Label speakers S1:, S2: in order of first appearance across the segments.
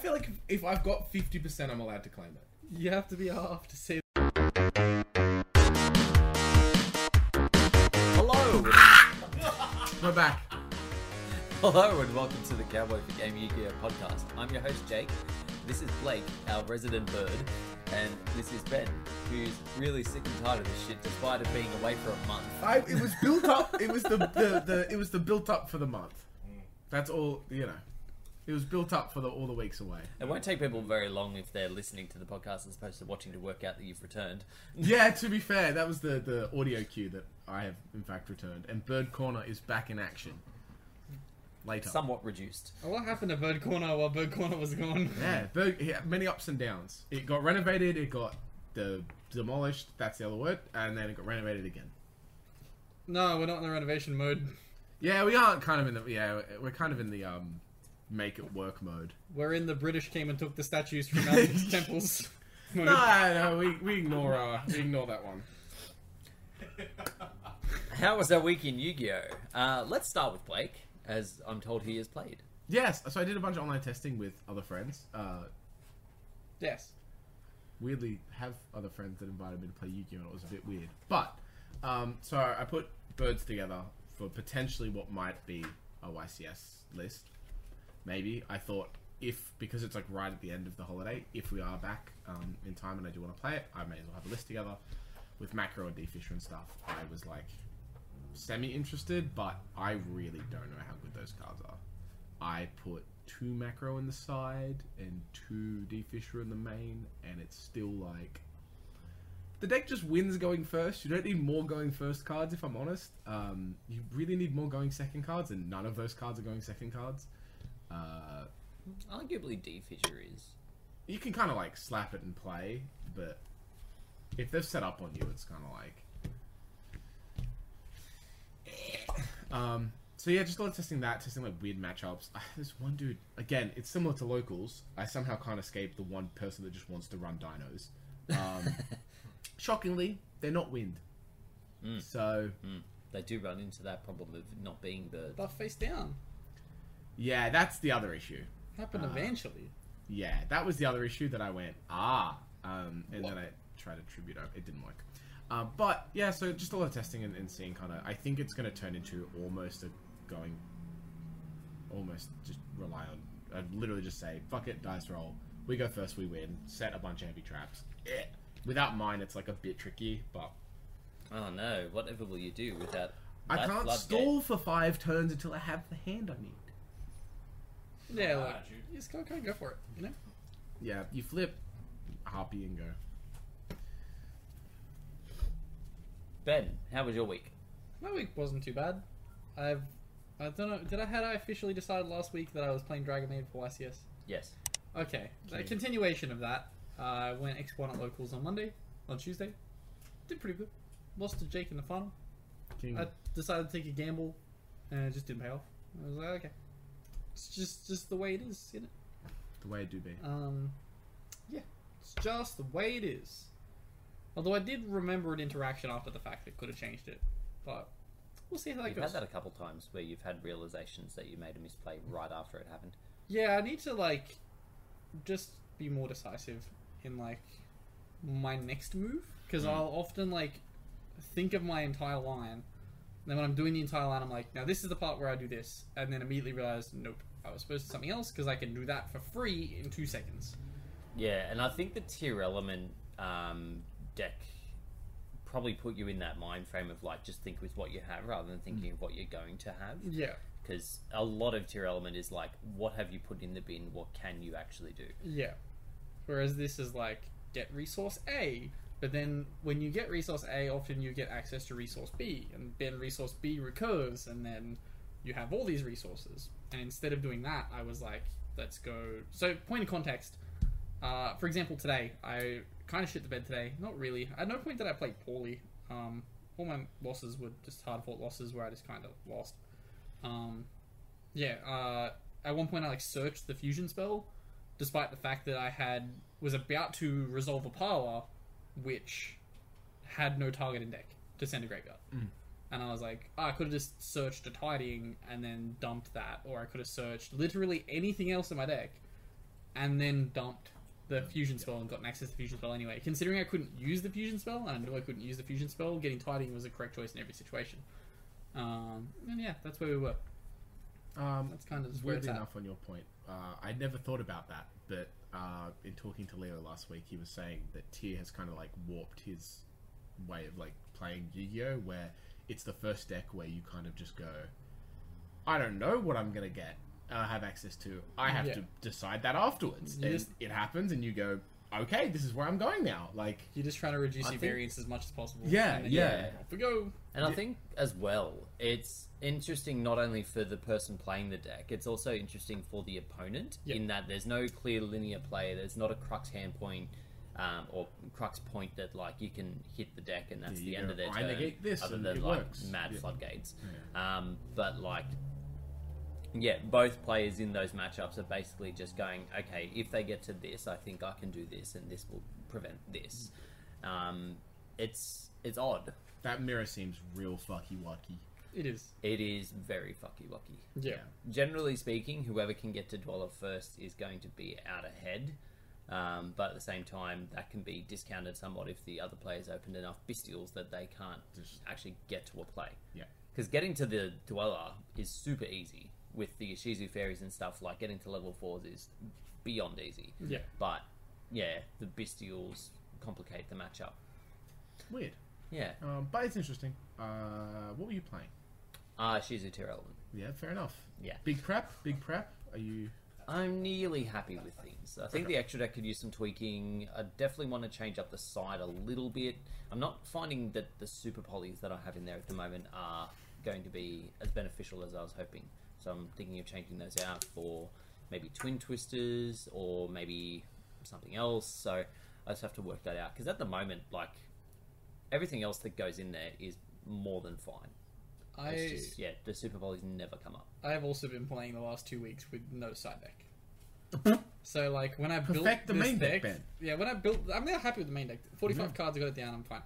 S1: feel like if, if I've got 50%, I'm allowed to claim it.
S2: You have to be half to see.
S3: Hello!
S1: We're back.
S3: Hello and welcome to the Cowboy for Game Yu-Gi-Oh! podcast. I'm your host Jake. This is Blake, our resident bird, and this is Ben, who's really sick and tired of this shit despite it being away for a month.
S1: I, it was built up. It was the, the, the it was the built up for the month. That's all. You know, it was built up for the all the weeks away.
S3: It won't take people very long if they're listening to the podcast as opposed to watching to work out that you've returned.
S1: Yeah. To be fair, that was the the audio cue that I have in fact returned, and Bird Corner is back in action. Later.
S3: Somewhat reduced.
S2: What happened to Bird Corner while Bird Corner was gone?
S1: Yeah, Berg, yeah, many ups and downs. It got renovated, it got the demolished, that's the other word, and then it got renovated again.
S2: No, we're not in the renovation mode.
S1: Yeah, we are kind of in the yeah, we're kind of in the um make it work mode.
S2: We're in the British came and took the statues from our temples mode.
S1: No, no, we, we ignore uh we ignore that one.
S3: How was our week in Yu-Gi-Oh? Uh, let's start with Blake, as I'm told he has played.
S1: Yes, so I did a bunch of online testing with other friends. Uh
S2: Yes.
S1: weirdly have other friends that invited me to play Yu-Gi-Oh! and it was a bit weird. But um, so I put birds together for potentially what might be a YCS list. Maybe I thought if because it's like right at the end of the holiday, if we are back um, in time and I do want to play it, I may as well have a list together with macro and D Fisher and stuff. I was like semi interested, but I really don't know how good those cards are. I put two macro in the side and two D Fisher in the main, and it's still like the deck just wins going first. You don't need more going first cards, if I'm honest. Um, you really need more going second cards, and none of those cards are going second cards. Uh,
S3: Arguably D Fisher is.
S1: you can kind of like slap it and play, but if they've set up on you, it's kind of like. Um, so yeah, just a lot of testing that, testing like weird matchups. There's one dude again. It's similar to locals. I somehow can't escape the one person that just wants to run dinos. Um, shockingly, they're not wind. So
S3: They do run into that problem of not being bird.
S2: Buff face down.
S1: yeah, that's the other issue.
S2: Happened eventually.
S1: Yeah, that was the other issue that I went ah, um, and then I tried to tribute up. It didn't work. Um, but yeah, so just a lot of testing and, and seeing kind of. I think it's going to turn into almost a going, almost just rely on. I'd literally just say fuck it, dice roll. We go first, we win. Set a bunch of heavy traps. Eh. Without mine, it's like a bit tricky, but
S3: Oh no, whatever will you do with that?
S1: I
S3: that
S1: can't
S3: floodgate?
S1: stall for five turns until I have the hand I need.
S2: Yeah, like,
S4: dude.
S2: you just go, go, go for it, you know?
S1: Yeah, you flip, harpy and go.
S3: Ben, how was your week?
S2: My week wasn't too bad. I've. I don't know. Did I had I officially decided last week that I was playing Dragon Maid for YCS?
S3: Yes.
S2: Okay, a
S1: Okay.
S2: continuation of that. Uh, I went X1 at locals on Monday, on Tuesday. Did pretty good. Lost to Jake in the final.
S1: King.
S2: I decided to take a gamble, and it just didn't pay off. I was like, okay, it's just just the way it is, isn't it?
S1: the way it do be.
S2: Um, yeah, it's just the way it is. Although I did remember an interaction after the fact that could have changed it, but we'll see how that
S3: You've
S2: goes.
S3: had that a couple times where you've had realizations that you made a misplay right after it happened.
S2: Yeah, I need to like just be more decisive in like my next move because I'll often like think of my entire line. And then when I'm doing the entire line, I'm like, now this is the part where I do this, and then immediately realize, nope, I was supposed to do something else because I can do that for free in two seconds.
S3: Yeah, and I think the tier element um, deck probably put you in that mind frame of like just think with what you have rather than thinking of what you're going to have.
S1: Mm.
S2: Yeah,
S3: Because a lot of tier element is like, what have you put in the bin? What can you actually do?
S2: yeah. Whereas this is like get resource A, but then when you get resource A, often you get access to resource B, and then resource B recurs, and then you have all these resources. And instead of doing that, I was like, let's go. So, point of context. Uh, for example, today I kind of shit the bed today. Not really. At no point did I play poorly. Um, all my losses were just hard fought losses where I just kind of lost. Um, yeah. Uh, at one point I like searched the fusion spell, despite the fact that I had was about to resolve a power, which had no target in deck to send a graveyard
S1: Mm.
S2: and I was like, oh, I could have just searched a tidying and then dumped that, or I could have searched literally anything else in my deck and then dumped the fusion spell and gotten access to the fusion spell anyway. Considering I couldn't use the fusion spell, and I knew I couldn't use the fusion spell, getting tidying was the correct choice in every situation. Um, and yeah, that's where we were.
S1: Um,
S2: That's kind of just where
S1: Weirdly
S2: it's at.
S1: enough, on your point, uh, I never thought about that, but uh, in talking to Leo last week, he was saying that Tyr has kind of like warped his way of like playing Yu-Gi-Oh, where it's the first deck where you kind of just go, I don't know what I'm gonna get, uh, have access to. I have
S2: Yeah.
S1: to decide that afterwards.
S2: You
S1: and
S2: just-
S1: it happens, and you go, okay, this is where I'm going now. Like,
S2: You're just trying to reduce
S3: I
S2: your
S3: think-
S2: variance as much as possible.
S1: Yeah,
S2: and then
S1: yeah.
S2: Off we go.
S3: And I
S1: Yeah.
S3: think as well, it's interesting not only for the person playing the deck, it's also interesting for the opponent
S2: Yeah.
S3: in that there's no clear linear play. There's not a crux hand point um, or crux point that like you can hit the deck and that's
S1: Yeah,
S3: the
S1: you
S3: end
S1: go,
S3: of their
S1: "I
S3: turn.
S1: negate this,"
S3: other
S1: and
S3: than
S1: it
S3: like
S1: works.
S3: mad
S1: Yeah.
S3: floodgates. Um, but like yeah, both players in those matchups are basically just going, okay, if they get to this, I think I can do this, and this will prevent this. Um, it's it's odd.
S1: that mirror seems real fucky wacky.
S2: It is.
S3: It is very fucky lucky.
S2: Yeah.
S3: Generally speaking, whoever can get to Dweller first is going to be out ahead. Um, but at the same time, that can be discounted somewhat if the other players opened enough bestials that they can't
S1: Just-
S3: actually get to a play.
S1: Yeah.
S3: Because getting to the Dweller is super easy with the Ishizu fairies and stuff. Like getting to level fours is beyond easy.
S2: Yeah.
S3: But yeah, the bestials complicate the matchup.
S1: Weird.
S3: Yeah,
S1: Um, but it's interesting. Uh, what were you playing?
S3: ah, Ishizu Terrell.
S1: Yeah, fair enough.
S3: Yeah.
S1: Big prep, big prep. Are you
S3: I'm nearly happy with things. I think the extra deck could use some tweaking. I definitely want to change up the side a little bit. I'm not finding that the super polys that I have in there at the moment are going to be as beneficial as I was hoping. So I'm thinking of changing those out for maybe twin twisters or maybe something else. So I just have to work that out because at the moment, like everything else that goes in there is more than fine.
S2: I
S3: It's just yeah, the super polys never come up.
S2: I have also been playing the last two weeks with no side deck. So like when I built
S1: Uh-huh. Perfect the
S2: this
S1: main deck,
S2: deck,
S1: Ben.
S2: yeah, when I built, I'm now happy with the main deck. 45
S1: Mhm.
S2: cards, I got it down. I'm fine.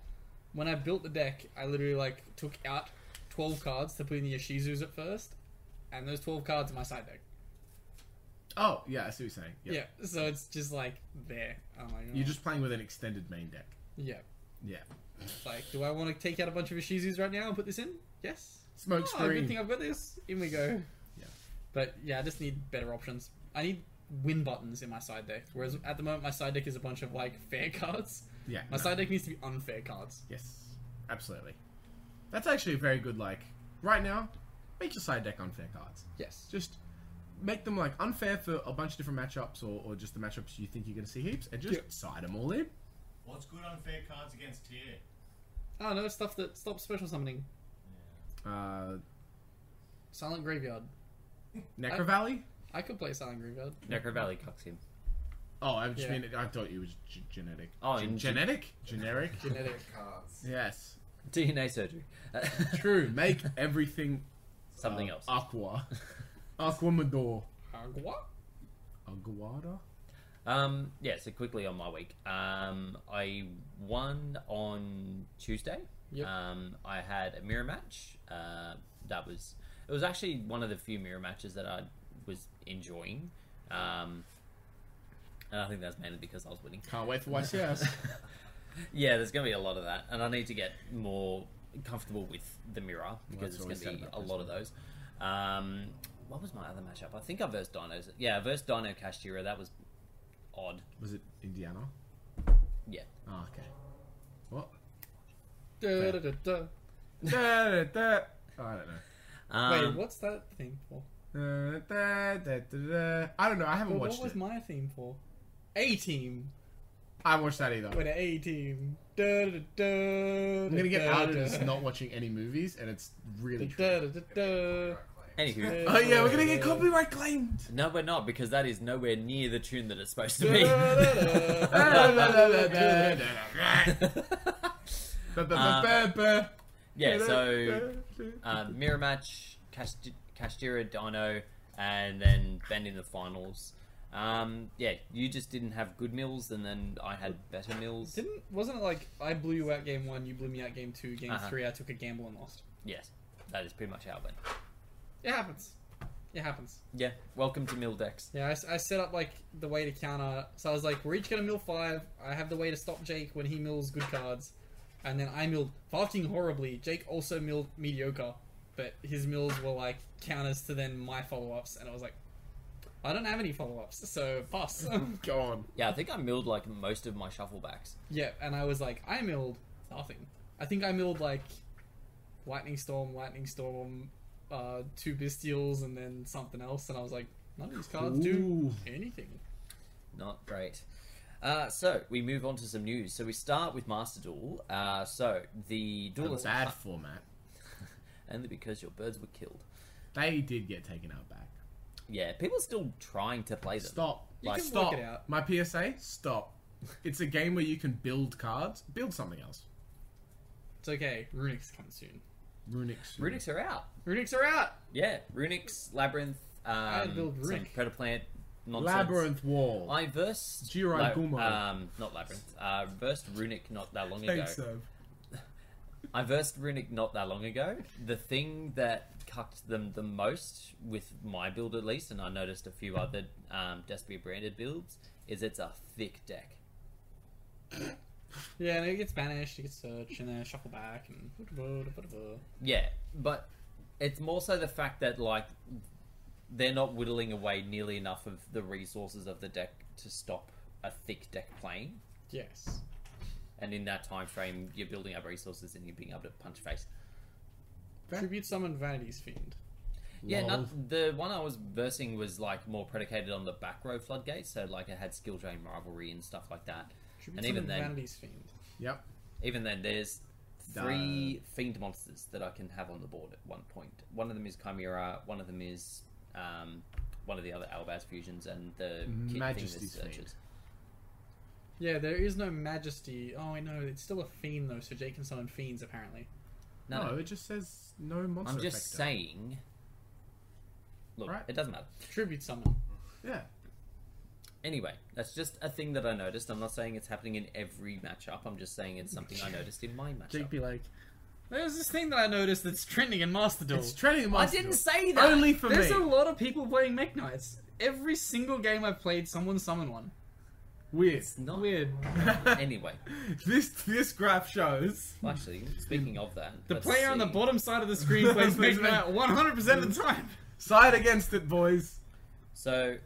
S2: When I built the deck, I literally like took out 12 cards to put in the Yoshizus at first, and those 12 cards are my side deck.
S1: Oh, yeah, I see what you're saying. Yeah.
S2: Yeah, so it's just like there. I'm like,
S1: You're
S2: oh,
S1: just playing with an extended main deck.
S2: yeah.
S1: Yeah.
S2: It's Like, do I want to take out a bunch of Ishizus right now and put this in? Yes.
S1: Smoke
S2: Oh, good
S1: screen.
S2: thing I've got this. In we go.
S1: Yeah.
S2: But yeah, I just need better options. I need win buttons in my side deck. Whereas at the moment, my side deck is a bunch of like fair cards.
S1: yeah.
S2: My
S1: no.
S2: side deck needs to be unfair cards.
S1: Yes. Absolutely. That's actually a very good like right now, make your side deck unfair cards.
S2: Yes.
S1: Just make them like unfair for a bunch of different matchups or, or just the matchups you think you're gonna see heaps and just
S2: Yeah.
S1: side them all in.
S4: What's good on fair cards against tier?
S2: Oh no, stuff that stops special summoning.
S1: Uh
S2: Silent Graveyard.
S1: Necro Valley?
S2: I could play Silent Graveyard.
S3: Necro Valley cucks him.
S1: Oh, I just
S2: Yeah.
S1: mean I thought it was g- genetic.
S3: Oh,
S1: Gen-
S3: in gen-
S1: genetic? Generic?
S2: Genetic.
S4: Cards.
S1: yes.
S3: DNA surgery.
S1: True. Make everything
S3: Something
S1: uh,
S3: else.
S1: Aqua. Aquamador.
S2: Agua?
S1: Aguada?
S3: Um, yeah, so quickly on my week. Um, I won on Tuesday.
S2: Yep.
S3: Um, I had a mirror match. Uh, that was it was actually one of the few mirror matches that I was enjoying. Um, and I think that's mainly because I was winning.
S1: Can't wait for YCS.
S3: Yeah, there's going to be a lot of that, and I need to get more comfortable with the mirror
S1: that's
S3: because it's
S1: what
S3: going
S1: we said
S3: to be
S1: about
S3: a
S1: this
S3: lot
S1: one.
S3: of those. Um, what was my other matchup? I think I versed Dinos. Yeah, I versed Dino Kashira. That was odd.
S1: Was it Indiana?
S3: Yeah.
S1: Oh, okay. What?
S2: Da, da, da, da.
S1: da, da, da. Oh, I don't know.
S2: Wait,
S3: Um,
S2: what's that theme for?
S1: Da, da, da, da, da. I don't know. I haven't
S2: Well, what
S1: watched
S2: was
S1: it.
S2: my theme for? A team.
S1: I haven't watched that either.
S2: With an A team. Da, da, da,
S1: I'm gonna get
S2: da,
S1: outed
S2: da.
S1: as not watching any movies, and it's really
S2: Da,
S1: true.
S2: da, da, da.
S3: Anywho,
S1: Oh yeah, we're gonna get copyright claimed.
S3: no, we're not because that is nowhere near the tune that it's supposed to be.
S1: Ba, ba, ba, ba,
S3: yeah,
S1: ba.
S3: so
S1: uh,
S3: um, mirror match, Kast- Kastira, Dino, and then Ben in the finals. Um, yeah, you just didn't have good mills, and then I had better mills.
S2: Didn't wasn't it like I blew you out game one, you blew me out game two, game
S3: Uh-huh.
S2: three I took a gamble and lost.
S3: Yes, that is pretty much how it went.
S2: It happens. It It happens.
S3: Yeah. Welcome to mill decks.
S2: Yeah, I s- I, set up like the way to counter. So I was like, we're each gonna mill five. I have the way to stop Jake when he mills good cards, and then I milled fucking horribly. Jake also milled mediocre, but his mills were like counters to then my follow ups, and I was like, I don't have any follow ups, so pass.
S1: Go on.
S3: Yeah, I think I milled like most of my shuffle backs.
S2: yeah, and I was like, I milled nothing. I think I milled like lightning storm, lightning storm, uh, two bestials, and then something else, and I was like, none of these cards do anything.
S3: Not great. Uh, so we move on to some news. So we start with Master Duel. Uh, so the
S1: The
S3: duelist
S1: bad format.
S3: only because your birds were killed.
S1: They did get taken out back.
S3: Yeah, people are still trying to play them.
S1: Stop.
S2: You
S3: Like,
S2: can
S1: Stop.
S2: work it out.
S1: My PSA. Stop. It's a game where you can build cards. Build something else.
S2: It's okay. Runics coming soon.
S1: Runix.
S3: Runics are out.
S2: Runics are out.
S3: Yeah, Runics, Labyrinth, um,
S2: I'd build
S3: some
S2: Runic.
S3: Predaplant nonsense.
S1: Labyrinth Wall.
S3: I versed
S1: Jirai
S3: La-
S1: Gumo.
S3: um, not Labyrinth. Uh, versed Runic not that long ago.
S1: Thanks, Serv.
S3: I versed Runic not that long ago. The thing that cucked them the most, with my build at least, and I noticed a few other um, Despia branded builds, is it's a thick deck.
S2: Yeah, and it gets banished, it gets searched, and then shuffle back, and
S3: Yeah, but it's more so the fact that like they're not whittling away nearly enough of the resources of the deck to stop a thick deck playing.
S2: yes,
S3: And in that time frame, you're building up resources and you're being able to punch face.
S1: Fair.
S2: tribute summon Vanity's Fiend.
S3: Yeah,
S1: Lol.
S3: not, the one I was versing was like more predicated on the back row floodgate, so like it had skill drain rivalry and stuff like that.
S2: Tribute
S3: And even
S2: summon
S3: then-
S2: Vanity's Fiend.
S1: Yep.
S3: Even then, there's three fiend monsters that I can have on the board at one point. One of them is Chimera, one of them is um, one of the other Albaz fusions, and the kid thing that
S1: Majesty's Fiend.
S3: searches.
S2: Yeah, there is no Majesty. Oh, I know it's still a fiend though, so Jake can summon fiends apparently.
S3: No,
S1: No, it just says no monster.
S3: I'm just
S1: effector.
S3: saying. Look,
S1: Right.
S3: it doesn't matter.
S2: Tribute summon.
S1: Yeah.
S3: Anyway, that's just a thing that I noticed. I'm not saying it's happening in every matchup. I'm just saying it's something I noticed in my matchup.
S1: Jake be like,
S2: There's this thing that I noticed that's trending in Master Duel.
S1: it's training
S3: I
S1: monster.
S3: didn't say that.
S1: Only for
S2: There's
S1: me.
S2: a lot of people playing Mech Knights. Every single game I've played, someone summoned one.
S1: Weird.
S3: It's not.
S2: Weird.
S3: Anyway,
S1: this this graph shows.
S3: well, actually, speaking of that,
S2: The
S3: let's
S2: player on the
S3: see.
S2: bottom side of the screen plays Mech Knight 100% of the time.
S1: Side against it, boys.
S3: So,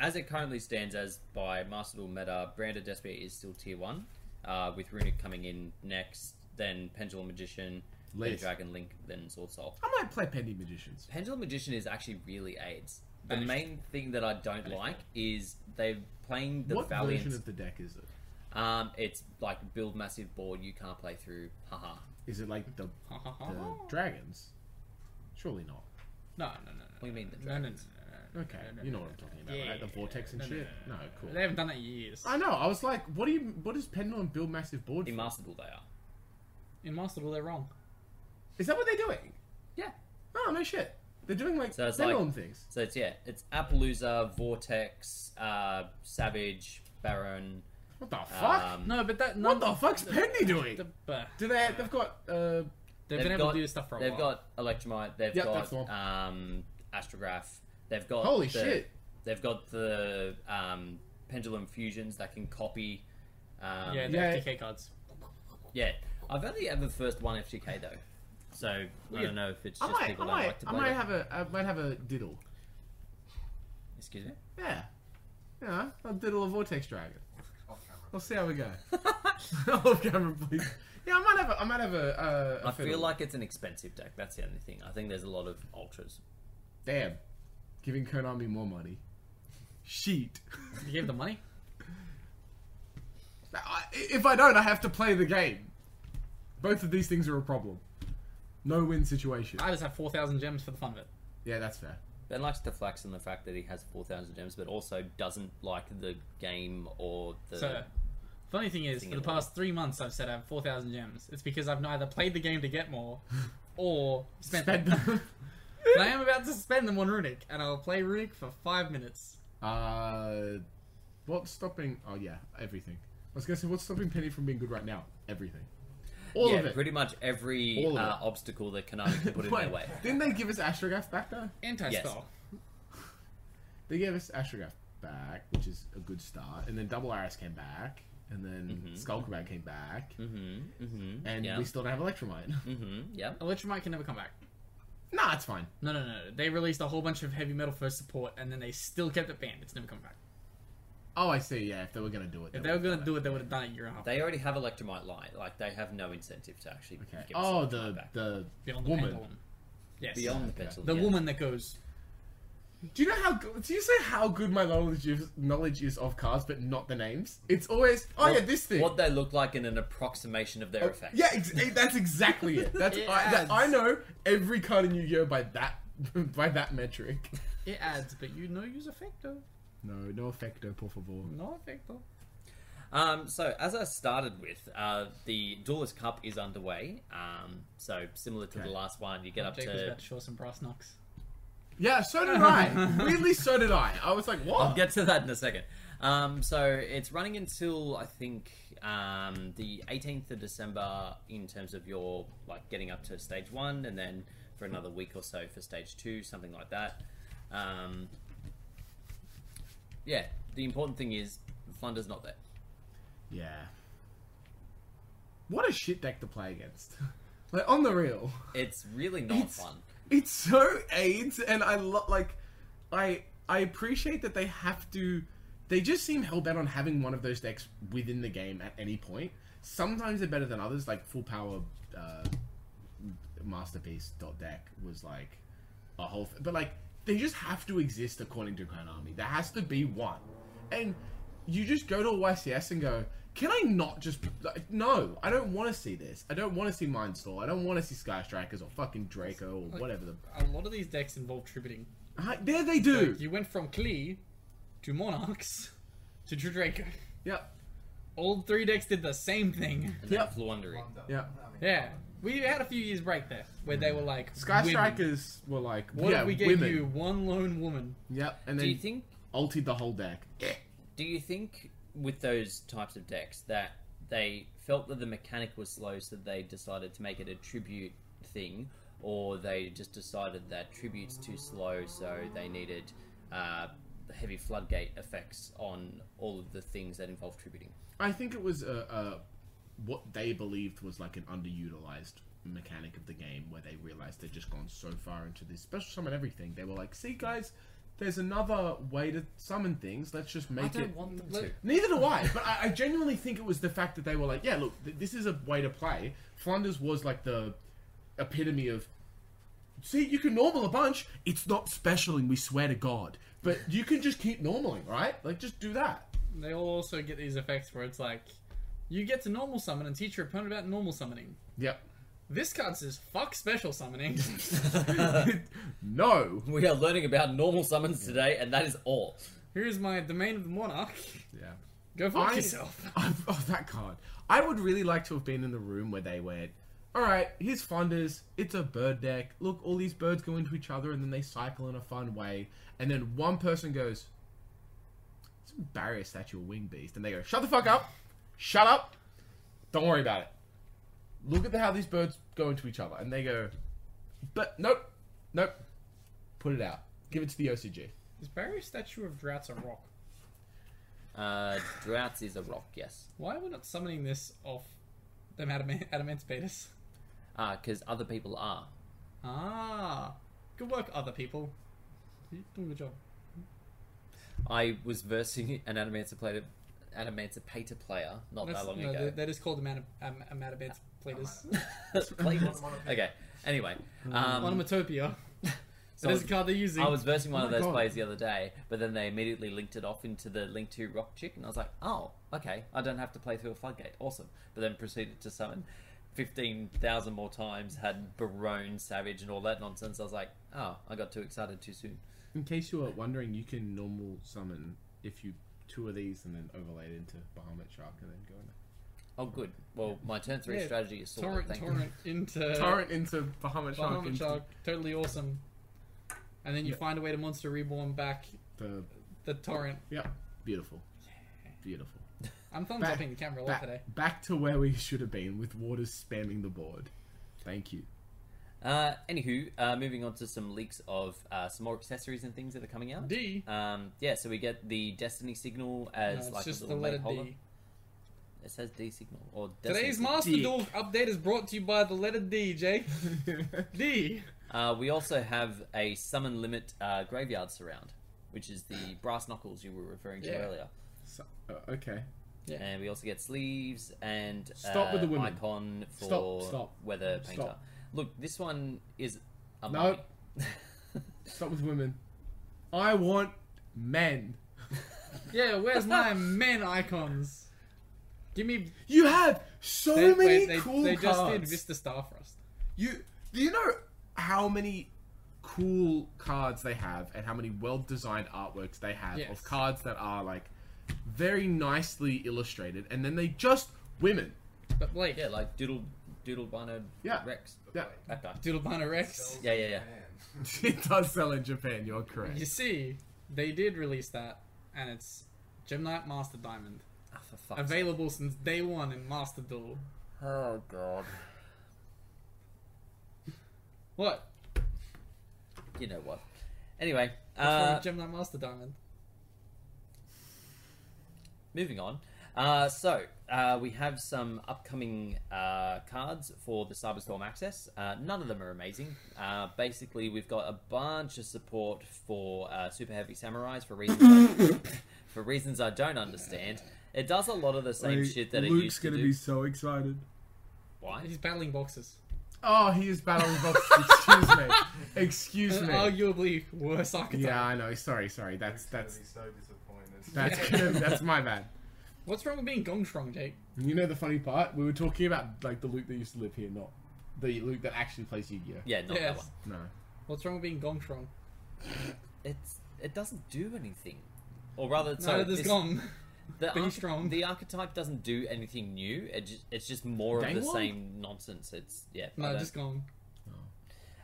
S3: as it currently stands, as by Master Duel meta, Brand of Despia is still tier one, uh, with Runic coming in next, then Pendulum Magician, then
S1: List.
S3: Dragon Link, then Sword Soul.
S1: I might play Pendy Magicians.
S3: Pendulum Magician is actually really AIDS. The
S2: Banished.
S3: main thing that I don't like is they're playing the
S1: what
S3: Valiant.
S1: version of the deck is it?
S3: um, it's like build massive board you can't play through. Haha.
S1: Is it like the,
S2: Uh-huh.
S1: the
S3: Uh-huh.
S1: dragons? Surely not.
S2: No, no, no, no.
S3: What do you mean, the
S2: No, no, no,
S3: dragons?
S2: no, no, no,
S1: Okay,
S2: no, no,
S1: you know
S2: no,
S1: what I'm
S2: no,
S1: talking
S2: no.
S1: about, right? The vortex and shit? No, cool.
S2: They haven't done that in years.
S1: I know. I was like, what do you? What does Pendulum build massive board?
S3: In
S1: for?
S3: Master Duel, they are.
S2: In Master Duel, they're wrong.
S1: Is that what they're doing?
S3: Yeah.
S1: Oh no shit. They're doing like
S3: So it's
S1: Pendulum
S3: like-
S1: things.
S3: So it's yeah, it's Appaloosa, Vortex, uh, Savage, Baron.
S1: What the fuck?
S3: Um,
S2: No, but that
S1: what the fuck's Pendy doing?
S2: The, but
S1: do they? They've got. Uh,
S2: they've,
S3: They've
S2: been able
S3: got-
S2: to do this stuff for a
S3: They've
S2: while.
S3: got Electromite. They've
S1: Yep, that's
S3: got
S1: the one.
S3: um, Astrograph. They've got
S1: holy
S3: the-
S1: shit!
S3: They've got the um, Pendulum Fusions that can copy. Um,
S2: yeah,
S3: yeah,
S2: the
S1: Yeah.
S2: FTK cards.
S3: I've only ever first one FTK though, so I
S1: Weird.
S3: don't know if it's
S1: I
S3: just
S1: might. I
S3: people
S1: might.
S3: don't like to
S1: I
S3: play.
S1: might
S3: them.
S1: have a. I might have a diddle.
S3: Excuse me.
S1: Yeah. Yeah. I'll diddle a vortex dragon. We'll see how we go. Off camera, please. Yeah, I might have. A, I might have a. a, a
S3: I feel
S1: fiddle.
S3: like it's an expensive deck. That's the only thing. I think there's a lot of ultras.
S1: damn, giving Konami more money. Sheet.
S2: You gave them money?
S1: I- If I don't, I have to play the game. Both of these things are a problem. No win situation.
S2: I just have 4,000 gems for the fun of it.
S1: Yeah, that's fair.
S3: Ben likes to flex on the fact that he has 4,000 gems, but also doesn't like the game or the.
S2: So, funny thing is,
S3: Thing
S2: for the
S3: in the
S2: past three months, I've said I have 4,000 gems. It's because I've neither played the game to get more or spent
S1: Spend
S2: them.
S1: them.
S2: and I am about to spend them on Runic, and I'll play Runic for five minutes.
S1: Uh, what's stopping? Oh yeah, everything. I was gonna say, what's stopping Penny from being good right now? Everything. All
S3: yeah,
S1: of it.
S3: pretty much every
S1: All of
S3: uh,
S1: it.
S3: obstacle that Konami can put in
S1: Wait,
S3: their way.
S1: Didn't they give us Astrograph back though?
S2: Anti spell.
S1: They gave us Astrograph back, which is a good start, and then Double Iris came back, and then
S3: Mhm.
S1: Skullcrag came back,
S3: Mm-hmm. Mm-hmm.
S1: and
S3: yeah.
S1: we still don't have Electromite.
S3: Mm-hmm. Yep.
S2: Electromite can never come back.
S1: nah, it's fine.
S2: No, no, no. no. They released a whole bunch of heavy metal first support, and then they still kept it banned. It's never come back.
S1: Oh, I see. Yeah, if they were gonna do it,
S2: If they were gonna do it, they would have done it a year and a half.
S3: They already have Electromite Light. Like they have no incentive to actually.
S1: Okay.
S3: Give us
S1: Oh,
S3: Electromite
S1: the
S3: back.
S1: the
S2: Beyond the
S1: woman.
S2: pendulum. Yes.
S3: beyond the
S1: okay.
S3: pencil.
S2: the
S3: yeah.
S2: woman that goes.
S1: Do you know how? go- Do you say how good my knowledge is, knowledge is of cars, but not the names? It's always oh
S3: What-
S1: yeah, this thing.
S3: What they look like in an approximation of their
S1: Oh,
S3: effects.
S1: Yeah, ex- eh, that's exactly it. That's
S2: It
S1: I, that,
S2: adds.
S1: I know every card in Yu-Gi-Oh by that by that metric.
S2: It adds, but you no use effecto.
S1: No, no effecto, por favor.
S2: No effecto.
S3: Um, so as I started with, uh, the Duelist Cup is underway. Um, so similar to
S1: Okay.
S3: the last one, you get up
S2: Jake was
S3: to.
S2: about to show us some brass knucks.
S1: Yeah, so did I. Weirdly, so did I. I was like, what?
S3: I'll get to that in a second. Um, so it's running until I think um, the 18th of December in terms of your like getting up to stage one, and then for another week or so for stage two, something like that. Um, yeah, the important thing is Flunder's not there.
S1: yeah. What a shit deck to play against. Like on the real,
S3: It's really not
S1: It's-
S3: fun.
S1: it's so AIDS, and I lo- like, I I appreciate that they have to. They just seem hell bent on having one of those decks within the game at any point. Sometimes they're better than others. Like full power uh, masterpiece dot deck was like a whole th- but like they just have to exist according to konami there has to be one and you just go to a ycs and go can i not just like, no i don't want to see this i don't want to see mindstorm i don't want to see sky strikers or fucking draco or
S2: Like-
S1: whatever the
S2: A lot of these decks involve tributing.
S1: I, there they do
S2: Like, you went from Klee to Monarchs to Draco.
S1: yep
S2: All three decks did the same thing.
S3: And then
S1: Yep.
S3: Fluundering.
S1: Yeah.
S2: Yeah. We had a few years break there where
S3: Hmm.
S2: they were like
S1: sky
S2: women.
S1: strikers were like
S2: What
S1: yeah,
S2: if we gave
S1: women.
S2: you one lone woman?
S1: yep and
S3: Do you
S1: then
S3: think
S1: ulted the whole deck
S3: Do you think with those types of decks that they felt that the mechanic was slow, so they decided to make it a tribute thing, or they just decided that tribute's too slow, so they needed uh, heavy floodgate effects on all of the things that involve tributing?
S1: I think it was uh uh what they believed was like an underutilized mechanic of the game where they realized they'd just gone so far into this special summon everything. They were like, see, guys, there's another way to summon things. Let's just make it.
S3: want them
S2: to.
S1: Neither do I, but I, I genuinely think it was the fact that they were like, yeah, look, th- this is a way to play. Flanders was like the epitome of, see, you can normal a bunch. It's not specialing, we swear to God. But you can just keep normaling, right? Like, just do that.
S2: They all also get these effects where it's like you get to normal summon and teach your opponent about normal summoning.
S1: Yep.
S2: This card says fuck special summoning.
S1: no.
S3: We are learning about normal summons today, and that is all.
S2: Here's my domain of the monarch.
S1: Yeah.
S2: Go fuck
S1: I-
S2: yourself.
S1: oh, that card. I would really like to have been in the room where they went, all right, here's Fonders. It's a bird deck. Look, all these birds go into each other and then they cycle in a fun way. And then one person goes, it's a barrier statue of wing beast. And they go, shut the fuck up. Shut up. Don't worry about it. Look at the, how these birds go into each other. And they go, but nope, nope. Put it out. Give it to the OCG.
S2: Is Barrier Statue of Droughts a rock?
S3: Uh, Droughts is a rock, yes.
S2: Why are we not summoning this off them adamant, adamantibators?
S3: Because Uh, other people are.
S2: Ah, good work, other people. You're doing the job.
S3: I was versing an adamantipator, adamantipator player not that long
S2: no,
S3: ago.
S2: that- that is called aman- am- amadabantibators.
S3: Playlist. okay. Anyway,
S2: Mm.
S3: um,
S2: Onomatopia.
S3: so I
S2: that is
S3: was,
S2: the card they're using.
S3: I was versing one
S1: Oh
S3: of
S1: my
S3: those
S1: God.
S3: plays the other day, but then they immediately linked it off into the link to rock chick, and I was like, oh, okay, I don't have to play through a floodgate, awesome. But then proceeded to summon fifteen thousand more times, had Barone, Savage, and all that nonsense. I was like, oh, I got too excited too soon.
S1: In case you were wondering, you can normal summon if you two of these and then overlay it into Bahamut Shark and then go in.
S3: Oh, good. Well, my turn three
S2: Yeah,
S3: strategy is sorted.
S2: torrent,
S3: Thank you.
S2: torrent into
S1: Torrent into Bahamut Shark
S2: Uh, Bahamut
S1: into
S2: Shark. Totally awesome. And then you find a way to monster reborn back
S1: the
S2: the torrent.
S1: yeah, beautiful, beautiful.
S2: I'm thumbs
S1: Back-
S2: upping the camera a lot
S1: Back,
S2: today.
S1: back to where we should have been with Waters spamming the board. Thank you.
S3: Uh, anywho, uh, moving on to some leaks of uh, some more accessories and things that are coming out.
S2: D.
S3: Um, yeah, so we get the Destiny signal
S2: No,
S3: as
S2: it's
S3: like
S2: just
S3: a
S2: the
S3: little
S2: letter
S3: main holder.
S2: D.
S3: It says D signal or Destiny
S2: Today's
S3: signal.
S2: Master
S1: D.
S2: Duel update is brought to you by the letter D, Jake. D.
S3: Uh, we also have a summon limit uh, graveyard surround, which is the brass knuckles you were referring to
S2: Yeah.
S3: earlier.
S1: So- uh, okay.
S2: Yeah.
S3: And we also get sleeves and
S1: Stop
S3: uh,
S1: with the women.
S3: icon for
S1: Stop, stop,
S3: weather
S1: stop.
S3: painter. Look, this one is a
S1: No.
S3: mummy.
S1: Stop with women. I want men.
S2: Yeah, where's my men icons? Give me.
S1: You have so
S2: They,
S1: many
S2: wait, they,
S1: cool
S2: they
S1: cards.
S2: just did Vista Starfrost.
S1: You do you know how many cool cards they have and how many well designed artworks they have
S2: Yes.
S1: of cards that are like very nicely illustrated and then they just women.
S2: But Blake,
S3: yeah, like Doodle Doodle Bino
S1: Yeah.
S3: Rex.
S1: Yeah.
S3: That guy.
S2: Doodlebana Rex.
S3: Yeah, yeah, yeah.
S1: it does sell in Japan, you're
S2: You
S1: correct.
S2: see, they did release that, and it's Gem Knight Master Diamond.
S3: Oh, for fuck's sake.
S2: Available since day one in Master Duel.
S3: Oh god.
S2: What?
S3: You know what? Anyway,
S2: What's wrong
S3: uh,
S2: with Gem Knight Master Diamond?
S3: moving on. Uh, so uh, we have some upcoming uh, cards for the Cyberstorm access. Uh, none of them are amazing. Uh, basically, we've got a bunch of support for uh, super heavy samurais for reasons I, for reasons I don't understand. It does a lot of the same shit that it used to do.
S1: so excited.
S3: Why?
S2: He's battling boxes.
S1: Oh, he is battling boxes. Excuse me. Excuse
S2: An
S1: me.
S2: arguably worse archetype.
S1: Yeah, I know. Sorry, sorry. That's that's
S4: That's gonna be so disappointed.
S1: that's gonna, that's my bad.
S2: What's wrong with being Gong Strong, Jake?
S1: You know the funny part? We were talking about like the Luke that used to live here, not the Luke that actually plays Yu-Gi-Oh.
S3: Yeah, not that
S2: Yes.
S3: one.
S1: No.
S2: What's wrong with being Gong Strong?
S3: It's it doesn't do anything. Or rather,
S2: No,
S3: sorry,
S2: there's
S3: this-
S2: Gong.
S3: The,
S2: Be
S3: arch-
S2: strong.
S3: the archetype doesn't do anything new. It just, it's just more of the
S1: Dangwon?
S3: same nonsense. It's yeah. I
S2: No,
S3: don't-
S2: just Gong.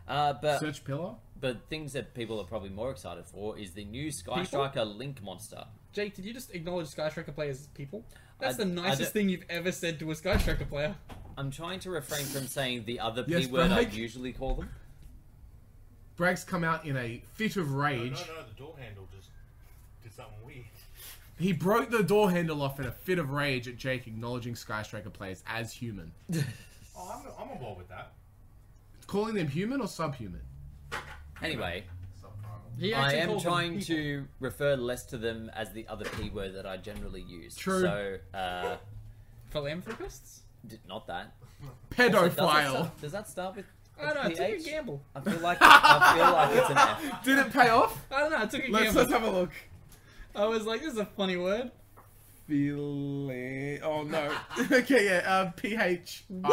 S3: uh, but
S1: Search Pillar.
S3: but things that people are probably more excited for is the new Sky
S2: People?
S3: Striker Link monster.
S2: Jake, did you just acknowledge Sky Striker players as people? That's
S3: I-
S2: the
S3: I
S2: nicest
S3: don't-
S2: thing you've ever said to a Sky Striker player.
S3: I'm trying to refrain from saying the other
S1: Yes,
S3: p word I
S1: Brad.
S3: usually call them.
S1: Bragg's come out in a fit of
S4: No, no,
S1: rage.
S4: no, the door handle just did something weird.
S1: He broke the door handle off in a fit of rage at Jake acknowledging Sky Striker players as human.
S4: Oh, I'm, I'm on board with that.
S1: Calling them human or subhuman?
S3: Anyway,
S4: Subprimal.
S2: He
S3: I
S2: actually
S3: am
S2: called them
S3: trying
S2: people.
S3: to refer less to them as the other p word that I generally use.
S1: True.
S3: So uh,
S2: Philanthropists?
S3: d- not that. Also, does it
S1: Pedophile.
S3: start- Does that start with?
S2: I don't know, I took a
S3: PH?
S2: gamble.
S3: I feel like I feel like it's an F.
S1: Did it pay off?
S2: I don't know, I took a
S1: Let's
S2: gamble.
S1: let's have a look.
S2: I was like, this is a funny word.
S1: Philan. Oh no. okay, yeah. Uh, PH.
S2: Woo!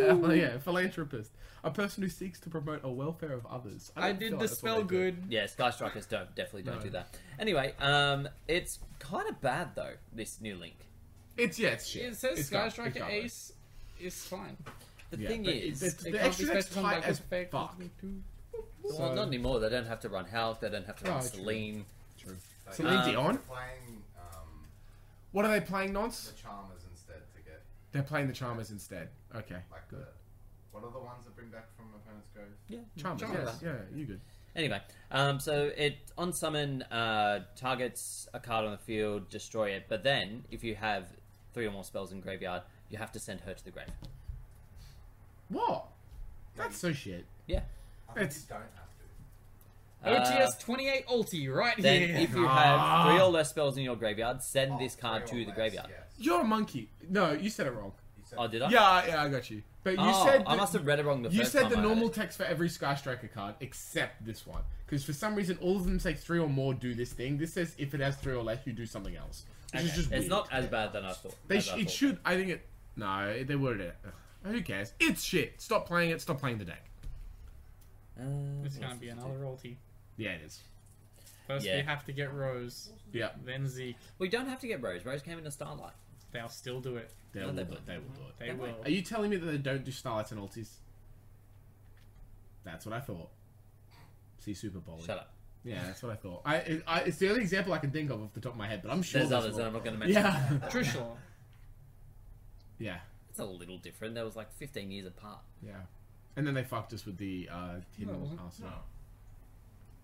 S1: Uh, yeah, philanthropist, a person who seeks to promote a welfare of others.
S2: I,
S1: don't
S2: did
S1: feel
S2: the
S1: like that's what
S2: spell
S1: they do.
S2: good.
S3: Yeah, Sky Strikers don't definitely don't
S1: No.
S3: do that. Anyway, um, it's kind of bad though. This new link.
S1: It's yeah, it's shit.
S2: It says
S1: It's
S2: Sky
S1: gar- it's
S2: Striker
S1: garbage.
S2: Ace is fine.
S3: The
S1: Yeah,
S3: thing
S1: but
S3: is,
S1: it's-
S2: It
S1: The
S2: can't be
S1: extra deck's
S2: specified
S1: tight
S2: by
S1: as
S2: effect.
S1: fuck.
S3: well,
S1: so-
S3: not anymore. They don't have to run health. They don't have to
S1: Oh,
S3: run
S1: true.
S3: Selene.
S1: True.
S5: So
S1: Celine
S3: Uh,
S1: Dion.
S5: um, playing um,
S1: What are they playing,
S5: the
S1: Nonce?
S5: Charmers instead to get
S1: They're playing the Charmers instead. Okay,
S5: like
S1: good.
S5: the what are the ones that bring back from opponent's grave?
S3: Yeah.
S1: Charmers, yes,
S2: Charmers.
S1: yeah, you good.
S3: Anyway, um, so it on summon uh, targets a card on the field, destroy it. But then, if you have three or more spells in graveyard, you have to send her to the grave.
S1: What? That's so shit.
S3: Yeah.
S5: I think
S1: It's-
S5: you don't have to.
S1: Oh,
S3: Uh,
S2: OTS 28 ulti right
S3: Then,
S2: here.
S3: if you
S1: Ah.
S3: have three or less spells in your graveyard, send
S5: Oh,
S3: this card to
S5: three or
S3: the
S5: less,
S3: graveyard.
S5: Yes.
S1: You're a monkey. No, you said it wrong.
S5: You said
S3: Oh, did I?
S1: Yeah, yeah, I got you. But you
S3: Oh,
S1: said
S3: I
S1: that-
S3: must have read it wrong the
S1: you
S3: first
S1: said
S3: time
S1: the
S3: I heard
S1: normal
S3: it.
S1: text for every Sky Striker card except this one, because for some reason all of them say three or more do this thing. This says if it has three or less, you do something else. Which
S3: Okay.
S1: is just
S3: it's
S1: weird.
S3: not as bad than I thought.
S1: They
S3: as
S1: sh-
S3: I
S1: it
S3: thought.
S1: should. I think it. No, it- they worded it. Ugh, Who cares? It's shit. Stop playing it. Stop playing the deck.
S3: Uh,
S2: It's
S3: what
S2: gonna
S3: else
S2: be
S3: does it
S2: another
S3: do?
S2: ulti.
S1: Yeah, it is.
S2: First
S3: Yeah.
S2: we have to get Rose,
S1: Yeah,
S2: then Zeke.
S3: We don't have to get Rose. Rose came in a starlight.
S2: They'll still do it.
S1: they
S3: No,
S1: will.
S3: they
S1: do it.
S3: won't.
S1: They will do it.
S2: They
S3: They
S2: will.
S1: Are you telling me that they don't do starlights and ultis? That's what I thought. See Super Bowl.
S3: Shut up.
S1: Yeah, that's what I thought. I, it, I it's the only example I can think of off the top of my head, but I'm sure
S3: There's
S1: there's
S3: others that
S1: more.
S3: I'm not going to mention.
S1: Yeah,
S2: Trishula.
S1: yeah,
S3: It's a little different. They was like 15 years apart.
S1: yeah. And then they fucked us with the uh,
S2: No, it
S1: hidden
S2: wasn't.
S1: arsenal.
S4: No.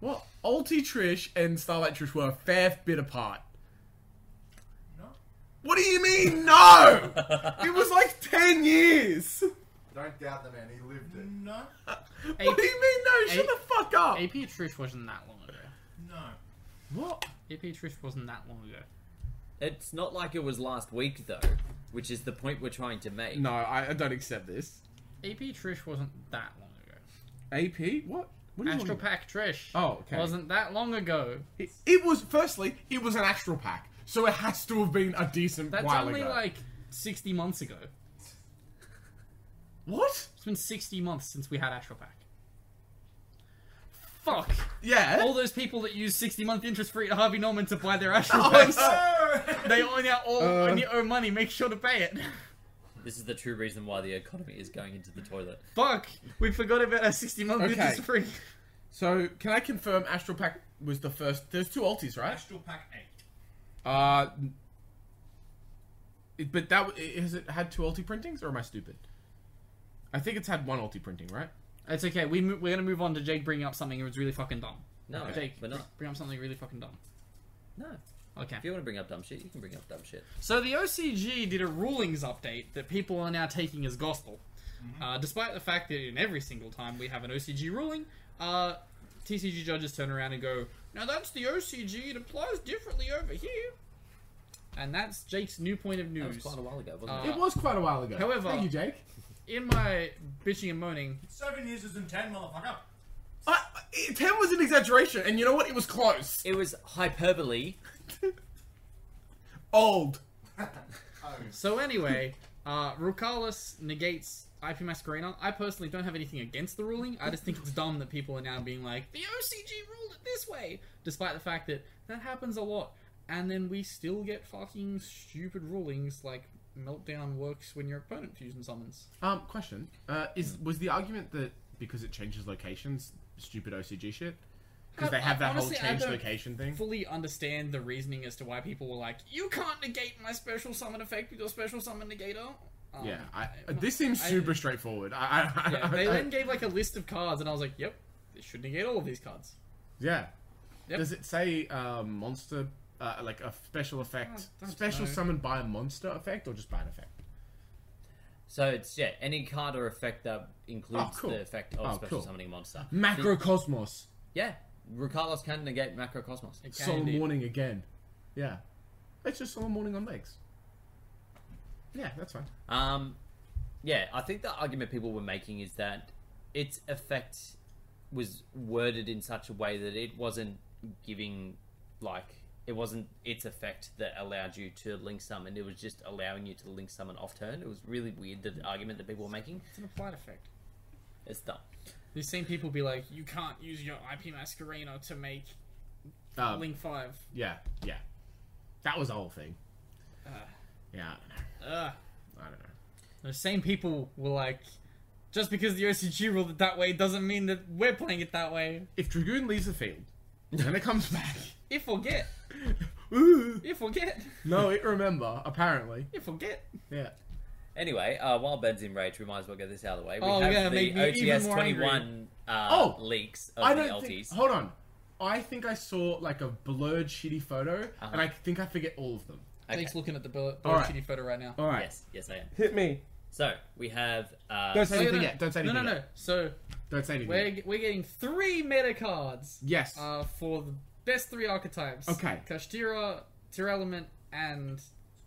S1: Well, Ulti Trish and Starlight Trish were a fair bit apart.
S4: No.
S1: What do you mean, no? it was like 10 years.
S5: Don't doubt the man. He lived it.
S4: No.
S1: What do you mean, no? Shut
S2: A-
S1: the fuck up.
S2: AP Trish wasn't that long ago.
S4: No.
S1: what?
S2: AP Trish wasn't that long ago.
S3: It's not like it was last week though, which is the point we're trying to make.
S1: No, I, I don't accept this.
S2: AP Trish wasn't that long ago.
S1: AP? What? What are you
S2: Astral
S1: talking
S2: Pack Trish
S1: Oh, okay.
S2: wasn't that long ago.
S1: It, it was firstly, it was an astral pack, so it has to have been a decent
S2: That's
S1: while
S2: only
S1: ago.
S2: like 60 months ago.
S1: what?
S2: It's been 60 months since we had Astral Pack. Fuck!
S1: Yeah.
S2: All those people that use 60 month interest free at Harvey Norman to buy their Astral
S1: Oh,
S2: Packs,
S1: no!
S2: they owe now all
S1: Uh.
S2: when you owe money, make sure to pay it.
S3: This is the true reason why the economy is going into the toilet.
S2: Fuck! We forgot about our 60 month
S1: Okay.
S2: interest free.
S1: so can I confirm Astral Pack was the first? There's two altis, right?
S4: Astral Pack Eight.
S1: Uh, it, but that w- i- has it had two alti printings, or am I stupid? I think it's had one alti printing, right?
S2: It's okay, we mo- we're gonna move on to Jake bringing up something that was really fucking dumb.
S3: No,
S2: Jake,
S3: we're not.
S2: bring up something really fucking dumb.
S3: No.
S2: Okay.
S3: If you want to bring up dumb shit, you can bring up dumb shit.
S2: So the OCG did a rulings update that people are now taking as gospel, uh, despite the fact that in every single time we have an OCG ruling, uh, TCG judges turn around and go, "Now that's the OCG. It applies differently over here." And that's Jake's new point of
S3: That was
S2: news.
S3: quite a while ago, wasn't
S2: Uh,
S3: it?
S1: it was quite a while ago.
S2: however-
S1: thank you, Jake.
S2: In my bitching and moaning,
S4: Seven years isn't ten, motherfucker.
S1: I, I- ten was an exaggeration, and you know what? It was close.
S3: It was hyperbole.
S1: Old.
S5: Oh,
S2: So anyway, uh, Rukalis negates IP Mascarena. I personally don't have anything against the ruling. I just think it's dumb that people are now being like, the OCG ruled it this way, despite the fact that that happens a lot. And then we still get fucking stupid rulings like meltdown works when your opponent fusion summons.
S1: Um, question. Uh, is was the argument that because it changes locations, stupid OCG shit? Because
S2: I-
S1: they have
S2: I-
S1: that
S2: honestly, I
S1: whole change
S2: don't
S1: location thing.
S2: Fully understand the reasoning as to why people were like, you can't negate my special summon effect with your special summon negator. Um,
S1: yeah, I,
S2: I'm-
S1: this seems
S2: I-
S1: super straightforward. I, I,
S2: Yeah,
S1: I,
S2: they
S1: I-
S2: then gave like a list of cards, and I was like, "Yep, they should negate all of these cards."
S1: yeah.
S2: Yep.
S1: Does it say um, monster, uh, like a special effect,
S2: I don't
S1: special
S2: know.
S1: summoned by a monster effect, or just by an effect?
S3: So it's yeah, any card or effect that includes
S1: Oh, cool.
S3: the effect of
S1: Oh,
S3: special
S1: cool.
S3: summoning monster.
S1: Macrocosmos.
S3: Yeah. Rukalos can negate macrocosmos.
S2: It can
S1: Solemn
S2: indeed.
S1: warning again. Yeah, it's just solemn warning on legs. Yeah, that's fine.
S3: Um, yeah, I think the argument people were making is that its effect was worded in such a way that it wasn't giving, like, it wasn't its effect that allowed you to link summon. It was just allowing you to link summon off turn. It was really weird the argument that people were making.
S2: It's an applied effect.
S3: It's dumb.
S2: These same people be like, "You can't use your IP Mascarena to make
S1: Um,
S2: Link Five.
S1: Yeah, yeah, that was the whole thing.
S3: Uh.
S2: Ah.
S1: yeah, I don't know.
S2: Ugh.
S1: I don't know.
S2: The same people were like, "Just because the OCG ruled it that way doesn't mean that we're playing it that way."
S1: If Dragoon leaves the field and it comes back,
S2: If we get,
S1: ooh,
S2: if we get,
S1: no, it remember apparently.
S2: if we get.
S1: Yeah,
S3: Anyway, uh, while Ben's in rage, we might as well get this out of the way. We
S2: Oh,
S3: have
S2: yeah,
S3: the
S2: make me
S3: OTS
S2: even more
S3: 21 uh,
S1: Oh,
S3: leaks of
S1: I
S3: the
S1: don't
S3: LTs.
S1: think. Hold on, I think I saw like a blurred, shitty photo,
S3: Uh-huh.
S1: and I think I forget all of them.
S3: Okay.
S2: Jake's looking at the bill-
S1: All right.
S2: shitty photo right now.
S1: All right,
S3: Yes, yes, I am.
S1: hit me.
S3: So, we have. Uh,
S1: Don't say
S2: No, no,
S1: anything
S2: no.
S1: yet. Don't say
S2: no,
S1: anything.
S2: no, no.
S1: Yet.
S2: So
S1: Don't say anything.
S2: we're
S1: yet.
S2: g- we're getting three meta cards.
S1: Yes.
S2: uh, for the best three archetypes.
S1: Okay.
S2: Kashtira, Tier Element, and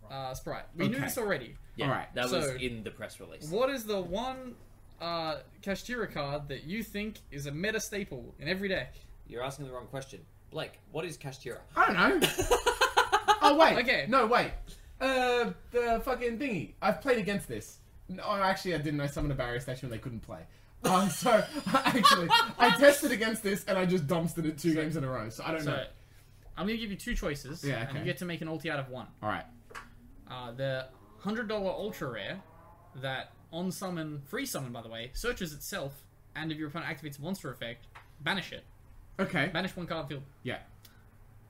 S2: uh, Sprite. We knew
S1: Okay.
S2: this already.
S3: yeah,
S1: alright,
S3: That was
S2: so-
S3: in the press release.
S2: What is the one uh, Kashtira card that you think is a meta staple in every deck?
S3: You're asking the wrong question. Blake, what is Kashtira?
S1: I don't know. oh wait.
S2: Okay.
S1: No wait. Uh, the fucking thingy. I've played against this. No, actually, I didn't. I summoned a barrier statue and they couldn't play. Um, so actually, I tested against this and I just dumpstered it two games in a row. So I don't
S2: So
S1: know.
S2: I'm going to give you two choices,
S1: Yeah,
S2: and you
S1: okay.
S2: get to make an ulti out of one.
S1: All right.
S2: Uh, the $100 Ultra Rare that on summon, free summon by the way, searches itself, and if your opponent activates a monster effect, banish it.
S1: Okay.
S2: Banish one card field.
S1: Yeah.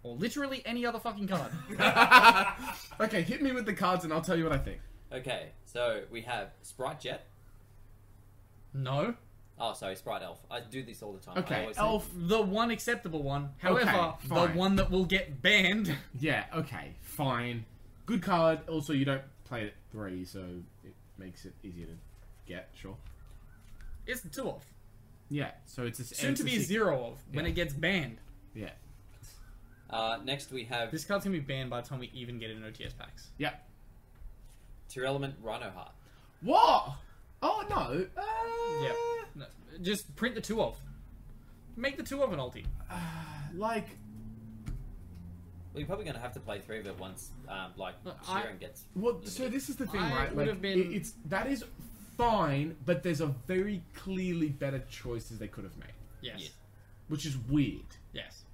S2: Or literally any other fucking card.
S1: Okay. Hit me with the cards and I'll tell you what I think.
S3: Okay, so we have Sprite Jet,
S2: no?
S3: Oh, sorry, Sprite Elf. I do this all the time. I
S1: Okay,
S3: always say-
S1: elf.
S2: The one acceptable one. However, the
S1: fine.
S2: one that will get banned.
S1: Yeah, okay, fine. Good card. Also, you don't play it at three, so it makes it easier to get. Sure.
S2: It's a two of.
S1: Yeah. So it's a,
S2: Soon
S1: it's
S2: to be a
S1: six-
S2: zero of when
S1: Yeah.
S2: it gets banned.
S1: Yeah.
S3: Uh, next we have
S2: This card's gonna be banned by the time we even get it in OTS packs.
S1: Yeah.
S3: Tier Element Rhino Heart.
S1: What? Oh no. Uh,
S2: Yeah. No, just print the two of. Make the two of an ulti.
S1: Like
S3: Well, you're probably going to have to play three of it once, um, like
S2: Look, I-
S3: Sheeran gets.
S1: Well, so this is the thing,
S2: I
S1: right?
S2: would
S1: Like,
S2: have been-
S1: it- it's that is fine, but there's a very clearly better choices they could have made,
S2: Yes.
S3: Yeah.
S1: which is weird.
S2: Yes.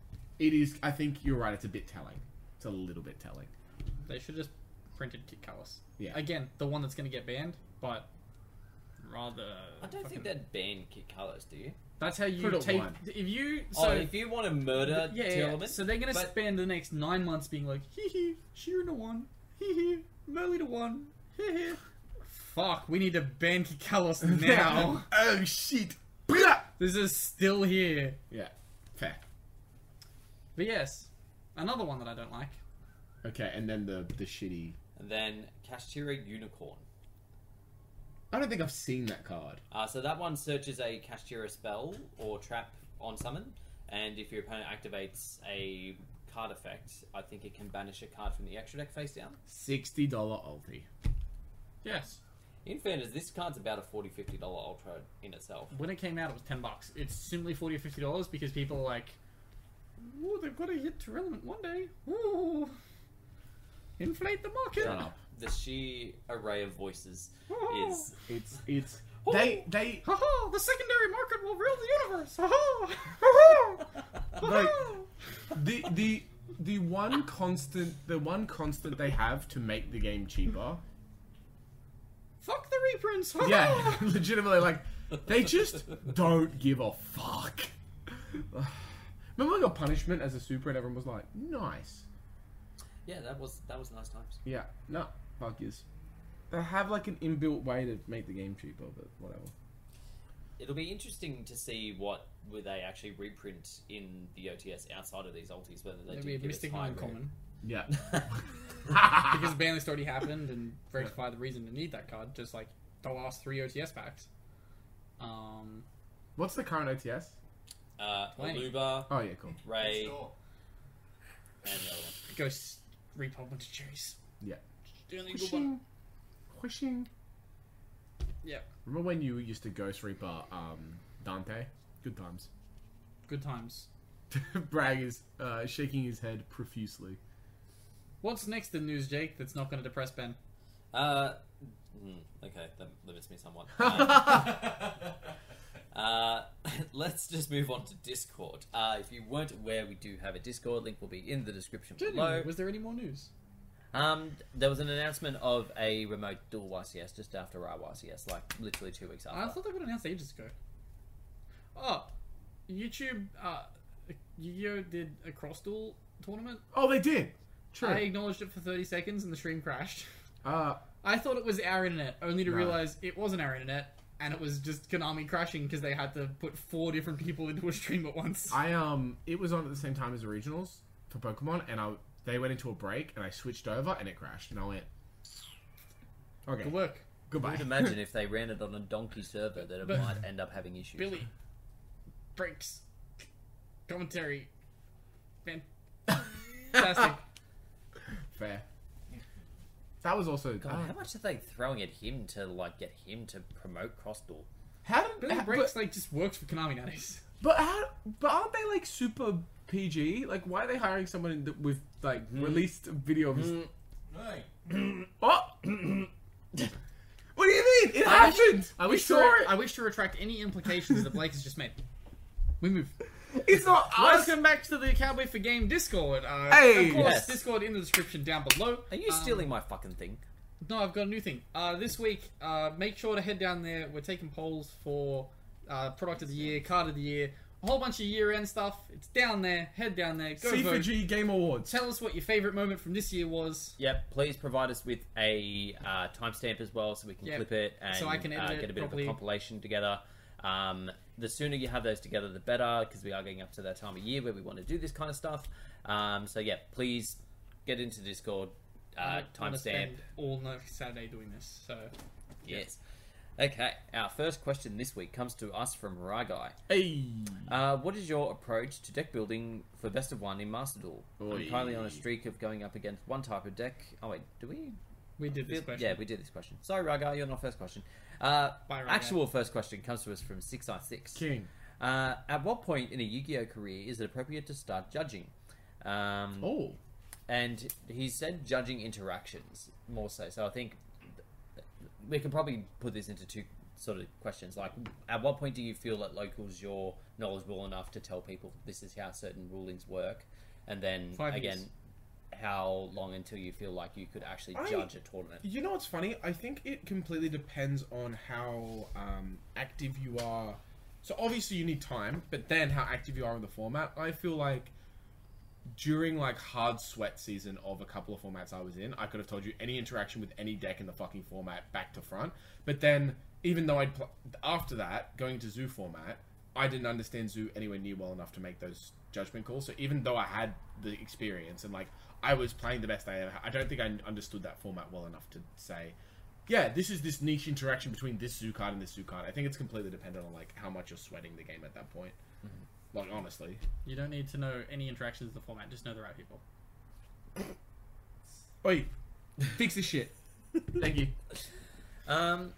S1: It is. I think you're right. It's a bit telling. It's a little bit telling.
S2: They should just printed Kit Callus.
S1: Yeah.
S2: Again, the one that's gonna get banned, but rather.
S3: I don't think
S2: fucking-
S3: they'd ban Kit Colors, do you?
S2: That's how you
S1: Put it
S2: take.
S1: one.
S2: If you so
S3: So Oh, if you want to murder
S2: yeah,
S3: Tier
S2: yeah,
S3: Element,
S2: so they're gonna
S3: but-
S2: spend the next nine months being like, hee hee, Sheeran to one, hee hee, Merly to one, hee hee. Fuck, we need to ban Kikalos now.
S1: oh shit. Blah!
S2: this is still here.
S1: Yeah. Fair.
S2: But yes, another one that I don't like.
S1: Okay, and then the the shitty.
S3: and then Kashtira Unicorn.
S1: I don't think I've seen that card.
S3: Uh, so that one searches a Kashtira spell or trap on summon, and if your opponent activates a card effect, I think it can banish a card from the extra deck face down.
S1: Sixty dollar ulti.
S2: Yes.
S3: In fairness, this card's about a $40, $50 ultra in itself.
S2: When it came out, it was ten bucks. It's simply forty or fifty dollars because people are like, "Ooh, they've got to hit to relevant one day." Ooh, inflate the market.
S1: Shut up.
S3: Uh, The sheer array of voices
S2: Oh.
S3: is.
S1: It's it's they they
S2: Ha ha! Oh, The secondary market will rule the universe. Ha ha! Ha ha!
S1: like the the the one constant the one constant they have to make the game cheaper
S2: Fuck the reprints.
S1: Yeah, legitimately, like they just don't give a fuck. Remember, when I got punishment as a super, and everyone was like, "Nice."
S3: Yeah, that was that was nice times.
S1: Yeah, no, fuck is. They have like an inbuilt way to make the game cheaper, but whatever.
S3: It'll be interesting to see what will they actually reprint in the OTS outside of these ultis, whether they
S2: It'll
S3: do
S2: be a
S3: give us
S2: mystic
S3: high
S2: mind common
S1: Yeah,
S3: rate.
S2: because ban list already happened and rectify the reason to need that card, just like the last three OTS packs. Um,
S1: what's the current OTS?
S3: uh,
S2: Twenty.
S3: Aluba,
S1: Oh yeah, cool.
S3: Ray, and
S5: Next door.
S3: the other one.
S2: go s- repub into cherries.
S1: Yeah.
S2: Do anything good one.
S1: Wishing, wishing.
S2: Yeah,
S1: Remember when you used to Ghost Reaper, um, Dante? Good times.
S2: good times.
S1: Bragg is uh, shaking his head profusely.
S2: What's next in news, Jake? That's not going to depress Ben.
S3: Uh, mm, okay, that limits me somewhat. Um,
S1: Oh, Ah.
S3: uh, let's just move on to Discord. Uh, if you weren't aware, we do have a Discord link. Will be in the description below.
S2: was there any more news?
S3: Um, there was an announcement of a remote dual YCS just after our YCS, like literally two weeks after.
S2: I thought they would announce ages ago. Oh, YouTube, uh, Yu-Gi-Oh did a cross duel tournament.
S1: Oh, they did. True.
S2: I acknowledged it for 30 seconds and the stream crashed.
S1: Uh,
S2: I thought it was our internet, only to
S1: No.
S2: realize it wasn't our internet, and it was just Konami crashing because they had to put four different people into a stream at once.
S1: I um, it was on at the same time as originals for Pokemon, and I they went into a break, and I switched over, and it crashed, and I went, okay,
S2: Good work,
S1: goodbye.
S3: I'd imagine if they ran it on a donkey server that it
S2: But-
S3: might end up having issues.
S2: Billy. Breaks. Commentary. Fantastic.
S1: Fair. That was also.
S3: God,
S1: uh,
S2: um,
S3: how much are they throwing at him to like get him to promote Crossduel?
S1: how did
S2: Billy
S1: how-
S2: Breaks
S1: but,
S2: like just works for Konami nowadays.
S1: but how but aren't they like super PG? Like, why are they hiring someone that with like
S2: Mm-hmm.
S1: released video of? his-
S4: Hey.
S1: What? what do you mean? It
S2: I wish-
S1: happened.
S2: I
S1: we
S2: wish
S1: saw
S2: to
S1: it.
S2: I wish to retract any implications that Blake has just made. We move.
S1: It's not us.
S2: Welcome back to the Cowboy for Game Discord. Uh,
S1: Hey!
S2: of course,
S3: Yes.
S2: Discord in the description down below.
S3: Are you
S2: Um,
S3: stealing my fucking thing?
S2: No, I've got a new thing. Uh, this week, uh, make sure to head down there. We're taking polls for uh, product of the year, card of the year, a whole bunch of year-end stuff. It's down there. Head down there. Go vote.
S1: C4G Game Awards.
S2: Tell us what your favorite moment from this year was.
S3: Yep. Please provide us with a uh, timestamp as well, so we can
S2: Yep.
S3: clip it and
S2: So I can
S3: uh,
S2: edit it
S3: get a bit of
S2: properly.
S3: a compilation together. Um, the sooner you have those together, the better, because we are getting up to that time of year where we want to do this kind of stuff. Um, so yeah, please get into Discord. Uh,
S2: I'm gonna
S3: timestamp.
S2: spend all next Saturday doing this. So
S3: Yes. Okay, our first question this week comes to us from Ryguy.
S1: Hey.
S3: Uh, what is your approach to deck building for best of one in Master Duel?
S1: Oi.
S3: I'm currently on a streak of going up against one type of deck. Oh wait, do we?
S2: we did this
S3: feel-
S2: question.
S3: Yeah, we did this question. Sorry, Ryguy, you're not first question. Uh,
S2: Bye, Ryguy.
S3: actual first question comes to us from Six I Six.
S1: King.
S3: Uh, at what point in a Yu-Gi-Oh career is it appropriate to start judging? Um,
S1: Oh.
S3: and he said judging interactions more so. So I think th- we can probably put this into two sort of questions. Like, at what point do you feel that locals you're knowledgeable enough to tell people this is how certain rulings work? And then
S2: Five
S3: again,
S2: years.
S3: how long until you feel like you could actually
S1: I-
S3: judge a tournament?
S1: You know what's funny? I think it completely depends on how um, active you are. So obviously you need time, but then how active you are in the format. I feel like during like hard sweat season of a couple of formats I was in, I could have told you any interaction with any deck in the fucking format back to front. But then even though I'd pl- after that going to zoo format, I didn't understand zoo anywhere near well enough to make those judgment calls. So even though I had the experience and like I was playing the best I ever, I don't think I understood that format well enough to say. Yeah, this is this niche interaction between this zoo card and this zoo card. I think it's completely dependent on like how much you're sweating the game at that point. Like honestly,
S2: You don't need to know any interactions in the format. Just know the right people.
S1: Oi, fix this shit. Thank you.
S3: Um,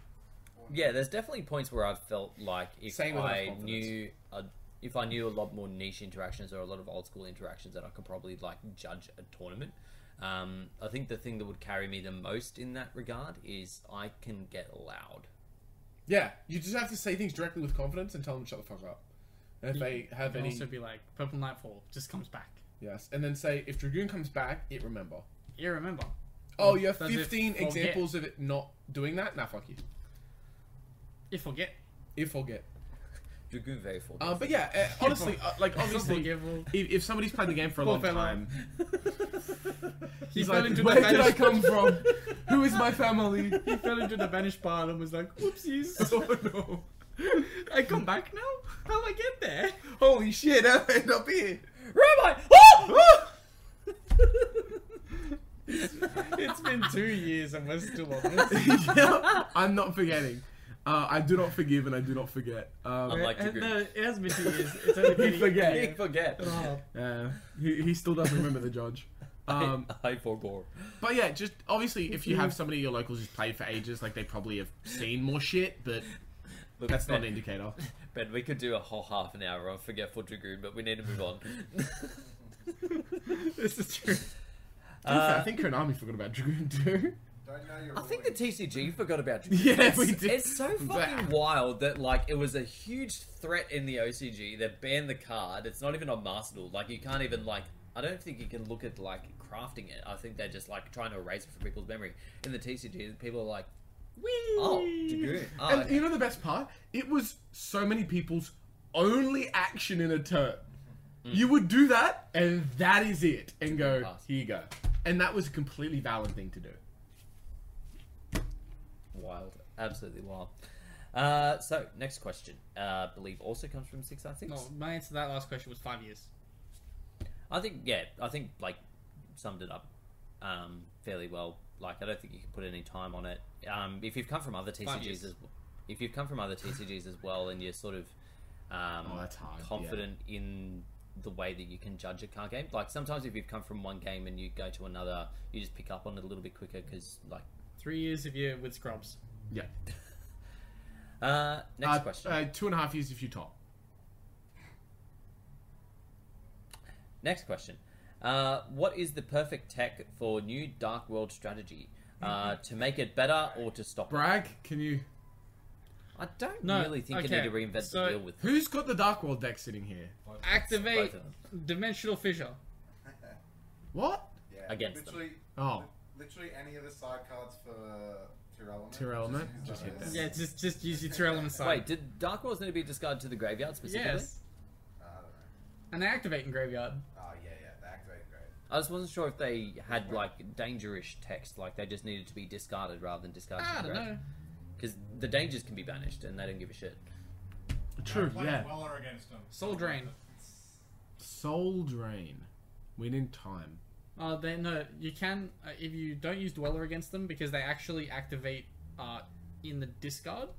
S3: yeah, there's definitely points where I've felt like if
S1: Same with
S3: I
S1: confidence.
S3: knew, a, if I knew a lot more niche interactions or a lot of old school interactions, that I could probably like judge a tournament. Um, I think the thing that would carry me the most in that regard is I can get loud.
S1: Yeah, you just have to say things directly with confidence and tell them to shut the fuck up. And if they have
S2: It
S1: any,
S2: also be like Purple Nightfall just comes back.
S1: yes, and then say if Dragoon comes back, it remember.
S2: You remember?
S1: Oh, you have
S2: Does it
S1: fifteen
S2: forget?
S1: examples of it not doing that. Nah, fuck you.
S2: If forget,
S1: If forget.
S3: Dragoon very full.
S1: Um, but yeah, uh, honestly, uh, like obviously, if,
S2: forgettable.
S1: if somebody's played the game for a
S2: Poor
S1: long
S2: fella.
S1: time,
S2: He
S1: he's
S2: fell
S1: like,
S2: into the
S1: where did I
S2: banished-
S1: come from? Who is my family?
S2: he fell into the banished pile and was like, "Oopsies,
S1: oh no!
S2: I come back now? How do I get there?"
S1: Holy shit! I end up here.
S3: Rabbi!
S1: Ah!
S3: Oh!
S2: It's been two years and we're still on this.
S1: Yeah, I'm not forgetting. Uh, I do not forgive and I do not forget. Um,
S3: Unlike
S2: And,
S3: Dragoon.
S2: uh, it has been two years. It's only been a
S1: forget.
S2: year.
S3: I forget.
S2: Oh,
S1: Uh, he, he still doesn't remember the judge. Um,
S3: I, I forgot.
S1: but yeah, just obviously, if you have somebody your locals who's played for ages, like they probably have seen more shit, but
S3: Look,
S1: that's not an
S3: Ben-
S1: indicator.
S3: Ben, we could do a whole half an hour on Forgetful Dragoon, but we need to move on.
S2: this is true. Uh,
S1: I think Konami forgot about Dragoon too.
S5: Don't know your
S3: I think the
S5: rulings.
S3: TCG forgot about you.
S1: Mm. Yeah,
S3: it's,
S1: we did.
S3: It's so fucking
S1: Bah.
S3: wild that like it was a huge threat in the OCG. They banned the card. It's not even on Master Duel. Like you can't even like. I don't think you can look at like crafting it. I think they're just like trying to erase it from people's memory. In the TCG, people are like, "Oh, Dragoon." Oh,
S1: and
S3: okay.
S1: you know the best part? It was so many people's only action in a turn.
S3: Mm.
S1: You would do that, and that is it, and go
S3: Pass.
S1: here you go, and that was a completely valid thing to do.
S3: wild, absolutely wild. Uh, so next question, uh, I believe also comes from Six Nine Six.
S1: Oh,
S2: No, my answer to that last question was five years.
S3: I think yeah, I think like summed it up um, fairly well. Like I don't think you can put any time on it. Um, if you've come from other TCGs
S2: years.
S3: as if you've come from other TCGs as well, and you're sort of um,
S1: Oh, that's hard, yeah.
S3: confident in the way that you can judge a card game. Like sometimes if you've come from one game and you go to another, you just pick up on it a little bit quicker because like.
S2: Three years if you're with scrubs.
S1: Yeah.
S3: Uh, next
S1: Uh,
S3: question.
S1: Uh, two and a half years if you top.
S3: Next question. Uh, what is the perfect tech for new Dark World strategy?
S1: Mm-hmm.
S3: Uh, to make it better or to stop it?
S1: Bragg, can you?
S3: I don't
S2: No,
S3: really think
S2: okay,
S3: you need to reinvent
S2: so-
S3: the wheel with
S1: Who's got the Dark World deck sitting here?
S2: Activate
S3: both of them.
S2: Dimensional Fissure.
S1: What?
S5: yeah.
S3: against them.
S5: literally,
S1: Oh,
S5: Literally any of the side cards for tier element.
S1: Tier element?
S5: use
S1: Just hit
S5: those.
S1: that.
S2: Yeah, just just use your two element side.
S3: Wait, did Dark Worlds need to be discarded to the graveyard specifically?
S2: yes.
S5: Uh, I don't know.
S2: And they activate in graveyard.
S5: Oh yeah, yeah. The activate great.
S3: I just wasn't sure if they had like dangerous text, like they just needed to be discarded rather than discarded.
S2: Ah, I
S3: to the
S2: don't know.
S3: Because the dangers can be banished, and they don't give a shit.
S1: True,
S4: Play
S1: yeah.
S4: well or against them.
S2: Soul Drain.
S1: Soul Drain. We need time.
S2: Uh, they no, you can uh, if you don't use Dweller against them because they actually activate uh in the discard.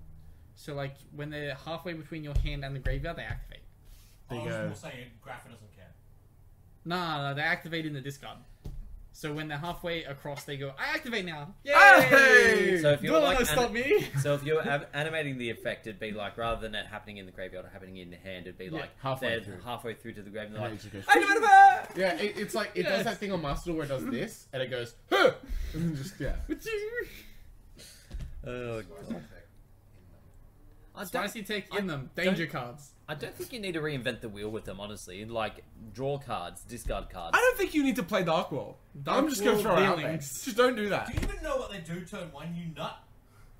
S2: So like when they're halfway between your hand and the graveyard, they activate.
S1: There
S4: I
S1: you
S4: was
S1: go.
S4: more saying Grappa doesn't care.
S2: Nah, nah, they activate in the discard. So when they're halfway across, they go, "I activate now!" Yay!
S1: Hey!
S3: So if you're
S2: Dweller,
S3: like
S2: no
S3: an-
S2: stop me.
S3: So if you were av- animating the effect, it'd be like rather than it happening in the graveyard or happening in the hand, it'd be like
S1: halfway
S3: they're
S1: through.
S3: halfway through to the graveyard.
S1: And
S3: Like,
S1: it just goes-
S3: I know what about-"
S1: Yeah, it, it's like it
S2: Yes.
S1: does that thing on Master where it does this and it goes, huh! and then just yeah.
S3: Oh,
S5: Spicy
S3: God.
S5: tech in them.
S3: I don't,
S2: Spicy take in
S3: I
S2: them danger cards.
S3: I don't think you need to reinvent the wheel with them, honestly. Like draw cards, discard cards.
S6: I don't think you need to play Dark World.
S2: Dark
S6: I'm just going to
S2: World
S6: throw it out there.
S2: dealings.
S6: Just don't do
S4: Do
S6: that.
S4: you even know what they do turn one, you nut?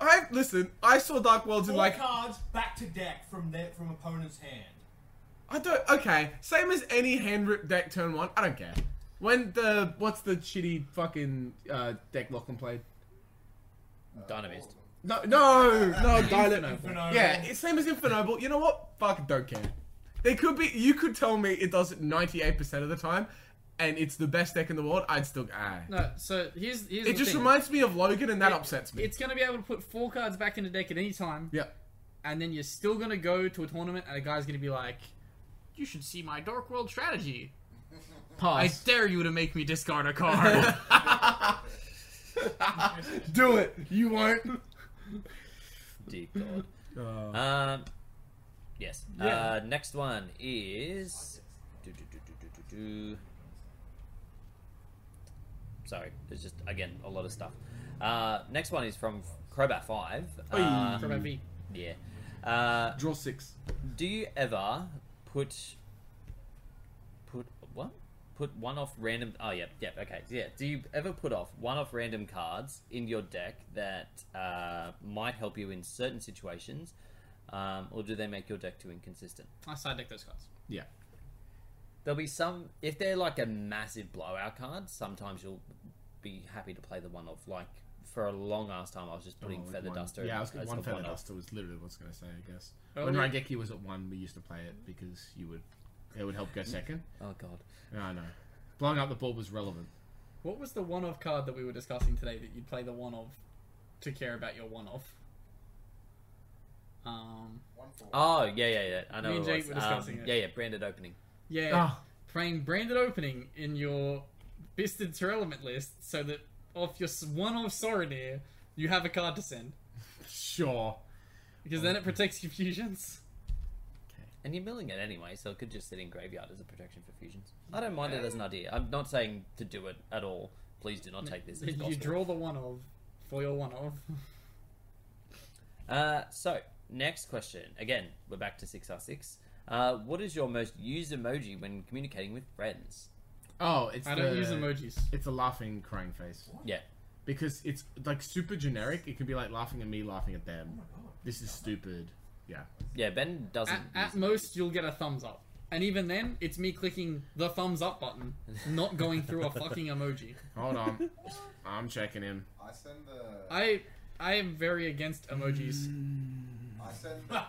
S6: I listen. I saw Dark Worlds
S4: All
S6: and like
S4: cards back to deck from their from opponent's hand.
S6: I don't. Okay, same as any hand rip deck turn one. I don't care.
S1: When the what's the shitty fucking uh, deck Lachlan played?
S5: Uh,
S3: Dynamist.
S5: all of them.
S1: No, no, no, Dylan.
S2: Infinite.
S4: Inferno.
S1: Yeah, it's same as Infernoble. You know what? Fuck, don't care.
S6: They could be. You could tell me it does it 98% of the time, and it's the best deck in the world. I'd still. Ah.
S2: No, so here's here's. the
S6: it just
S2: thing.
S6: reminds me of Logan, and that
S2: It-
S6: upsets me.
S2: It's gonna be able to put four cards back in the deck at any time.
S1: Yeah.
S2: and then you're still gonna go to a tournament and a guy's gonna be like, "You should see my Dark World strategy. I
S1: Pass.
S2: dare you to make me discard a card."
S1: Do it. You won't.
S3: Dear God.
S1: Uh,
S3: Um, yes. Uh,
S2: Yeah.
S3: next one is. Do, do, do, do, do, do, do. Sorry, there's just again a lot of stuff. Uh, next one is from Crobat Five. Uh,
S2: From E. every-
S3: yeah. Uh,
S1: draw six.
S3: do you ever put put what? Put one off random. Oh yeah, yeah. Okay, yeah. Do you ever put off one off random cards in your deck that uh, might help you in certain situations, um, or do they make your deck too inconsistent?
S2: I side deck those cards.
S1: Yeah.
S3: There'll be some if they're like a massive blowout card. Sometimes you'll be happy to play the one off. Like for a long ass time, I was just putting
S1: Oh, like
S3: feather
S1: one-
S3: duster.
S1: Yeah, I was
S3: as
S1: gonna, one
S3: a
S1: feather
S3: one-off.
S1: duster was literally what I was gonna say. I guess
S2: Oh,
S1: when
S2: yeah.
S1: Rangeki was at one, we used to play it because you would, it would help go second.
S3: Oh god.
S1: I know. Blowing up the ball was relevant.
S2: What was the one-off card that we were discussing today that you'd play the one-off to care about your one-off? Um,
S5: One for
S3: Oh yeah, yeah, yeah. I know.
S2: Me
S3: what
S2: and
S3: it
S2: Jake
S3: was.
S2: were discussing
S3: Um,
S2: it.
S3: Yeah, yeah. Branded opening.
S2: yeah,
S1: Ah,
S2: playing branded opening in your Bisted Terrelament list so that off your s- one-off Sorinier, you have a card to send
S1: sure.
S2: because then it protects your fusions.
S3: And you're milling it anyway, so it could just sit in graveyard as a protection for fusions. I don't mind it as an idea. I'm not saying to do it at all. Please do not take this as gospel.
S2: You draw the one-off for your one-off.
S3: Uh, so next question. Again, we're back to six R six. Uh, what is your most used emoji when communicating with friends?
S1: Oh, it's
S2: I don't
S1: the-
S2: use emojis.
S1: It's a laughing, crying face
S3: Yeah,
S1: because it's like super generic. It can be like laughing at me, laughing at them. This is stupid. Yeah.
S3: yeah. Ben doesn't.
S2: At, at
S3: use-
S2: most, you'll get a thumbs up. And even then, it's me clicking the thumbs up button, not going through a fucking emoji.
S1: Hold on. I'm checking him.
S5: I send the. I,
S2: I I am very against
S6: Mm.
S2: emojis.
S1: Mm.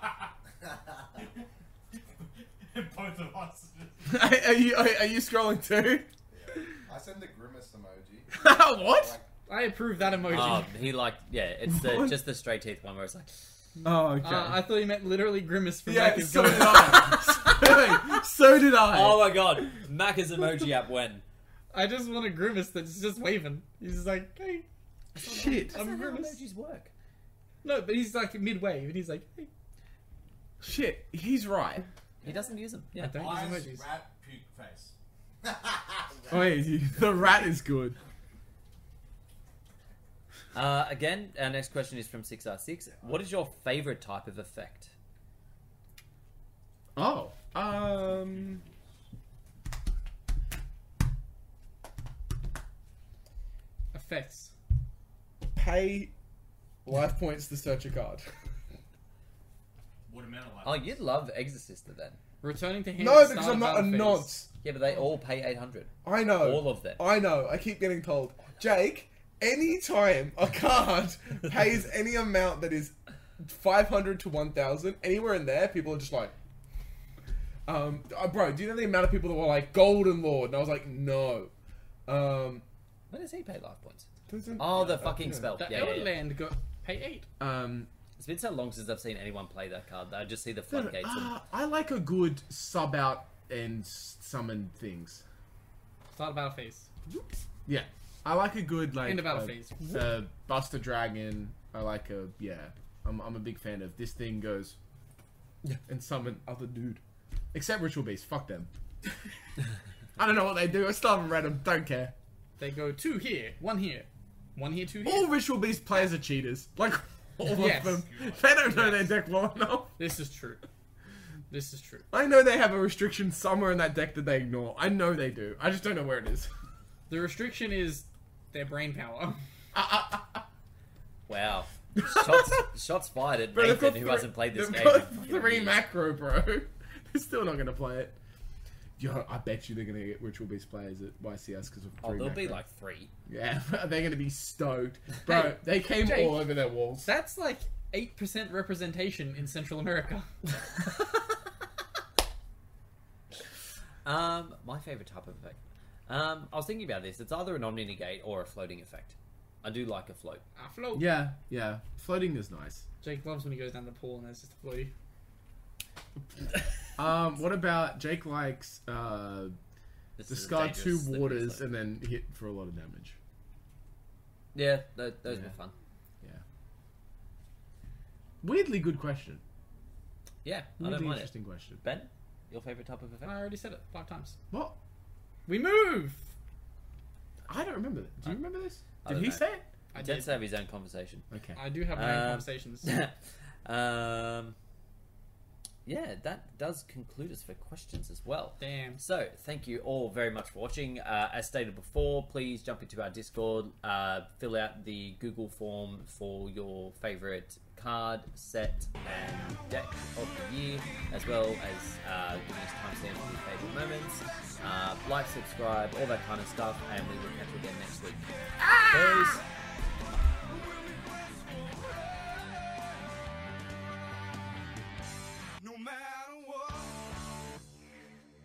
S5: send.
S4: Both of us.
S6: are you are, are you scrolling too?
S5: I send the grimace emoji.
S6: what?
S5: Like,
S2: I approve that emoji.
S6: Ah,
S3: Oh, he like yeah. It's the,
S6: What?
S3: just the straight teeth one where it's like.
S6: Oh, okay.
S2: Uh, I thought you meant literally grimace from
S6: yeah,
S2: Mac is
S6: so
S2: going.
S6: did I. so did I.
S3: Oh my god, Macca's emoji app when.
S2: I just want a grimace that's just waving. He's just like, hey,
S1: Shit.
S2: I'm grimace.
S3: work.
S2: No, but he's like midway, and he's like, hey,
S6: Shit, he's right.
S3: He doesn't use them.
S2: I
S3: Yeah.
S2: don't
S4: Eyes,
S2: use emojis.
S4: rat, puke face.
S6: Oh, yeah, you- the rat is good.
S3: Uh, again, our next question is from six R six. What is your favorite type of effect?
S1: Oh. Um.
S2: Effects.
S6: Pay life points to search a card.
S4: Watermelon life.
S3: Oh, you'd love Exorcist then.
S2: Returning to hand. at
S6: No,
S2: the
S6: because I'm
S2: start of
S6: not a
S2: battle phase.
S6: nonce.
S3: Yeah, but they all pay eight hundred.
S6: I know.
S3: All of them.
S6: I know. I keep getting told, Jake. Anytime a card pays any amount that is 500 to 1,000, anywhere in there, people are just like, um, uh, bro, do you know the amount of people that were like Golden Lord? And I was like, no. Um,
S3: Where does he pay life points?
S6: doesn't-
S3: Oh, the fucking spell.
S2: The
S3: Yeah, yeah, yeah.
S2: Elderland got pay eight.
S6: Um,
S3: It's been so long since I've seen anyone play that card. I just see the
S1: Don't know.
S3: floodgates. and
S6: uh,
S1: Ah, I like a good sub out and s- summon things.
S2: Start battle phase.
S1: Yeah, I like a good like
S2: End of battle
S1: uh,
S2: phase.
S1: uh, Buster Dragon. I like a yeah. I'm I'm a big fan of this thing goes and summon other dude. Except ritual beasts. Fuck them. I don't know what they do. I still haven't read them. Don't care.
S2: They go two here, one here, one here, two
S1: All
S2: here.
S1: ritual beast players are cheaters. Like all
S2: Yes.
S1: of them. They don't know their deck well enough.
S2: This is true. This is true.
S1: I know they have a restriction somewhere in that deck that they ignore. I know they do. I just don't know where it is.
S2: The restriction is their brain power.
S3: Wow. Shots, shots fired at
S1: Bro, they've
S3: Nathan,
S1: got
S3: who
S1: three-
S3: hasn't played this
S1: they've
S3: game. in
S1: got
S3: fucking
S1: three
S3: years.
S1: macro, bro. They're still not gonna play it. Yo, I bet you they're gonna get ritual beast players at YCS because of
S3: Oh,
S1: three
S3: there'll be
S1: macro.
S3: like three.
S1: yeah, they're gonna be stoked, bro.
S2: Hey,
S1: they came
S2: Jake.
S1: all over their walls.
S2: That's like eight percent representation in Central America.
S3: Um, my favorite type of effect. Um, I was thinking about this. It's either an omni negate or a floating effect. I do like a float.
S2: I float.
S1: Yeah, yeah. Floating is nice.
S2: Jake loves when he goes down the pool and there's just a floaty.
S1: Um, what about Jake likes uh,
S3: This is a
S1: discard two
S3: dangerous slippery
S1: waters
S3: slope.
S1: and then hit for a lot of damage?
S3: yeah, tho- those were
S1: Yeah.
S3: fun.
S1: Weirdly good question.
S3: Yeah, I don't
S1: Weirdly
S3: mind it.
S1: interesting question.
S3: Ben, your favorite type of
S2: And
S3: effect?
S2: I already said it five times.
S1: What?
S2: We move.
S1: I don't remember that. Do you remember this?
S3: I
S1: Did
S3: don't
S1: he
S3: know.
S1: say it?
S2: I
S3: He
S2: did.
S3: tends to have his own conversation.
S1: Okay.
S2: I do have my own
S3: Uh,
S2: conversations.
S3: um, yeah, that does conclude us for questions as well.
S2: Damn.
S3: So, thank you all very much for watching. Uh, as stated before, please jump into our Discord, uh, fill out the Google form for your favorite card, set, and deck of the year, as well as uh, giving us timestamps for your favorite moments. Uh, like, subscribe, all that kind of stuff, and we will catch you again next week. Peace.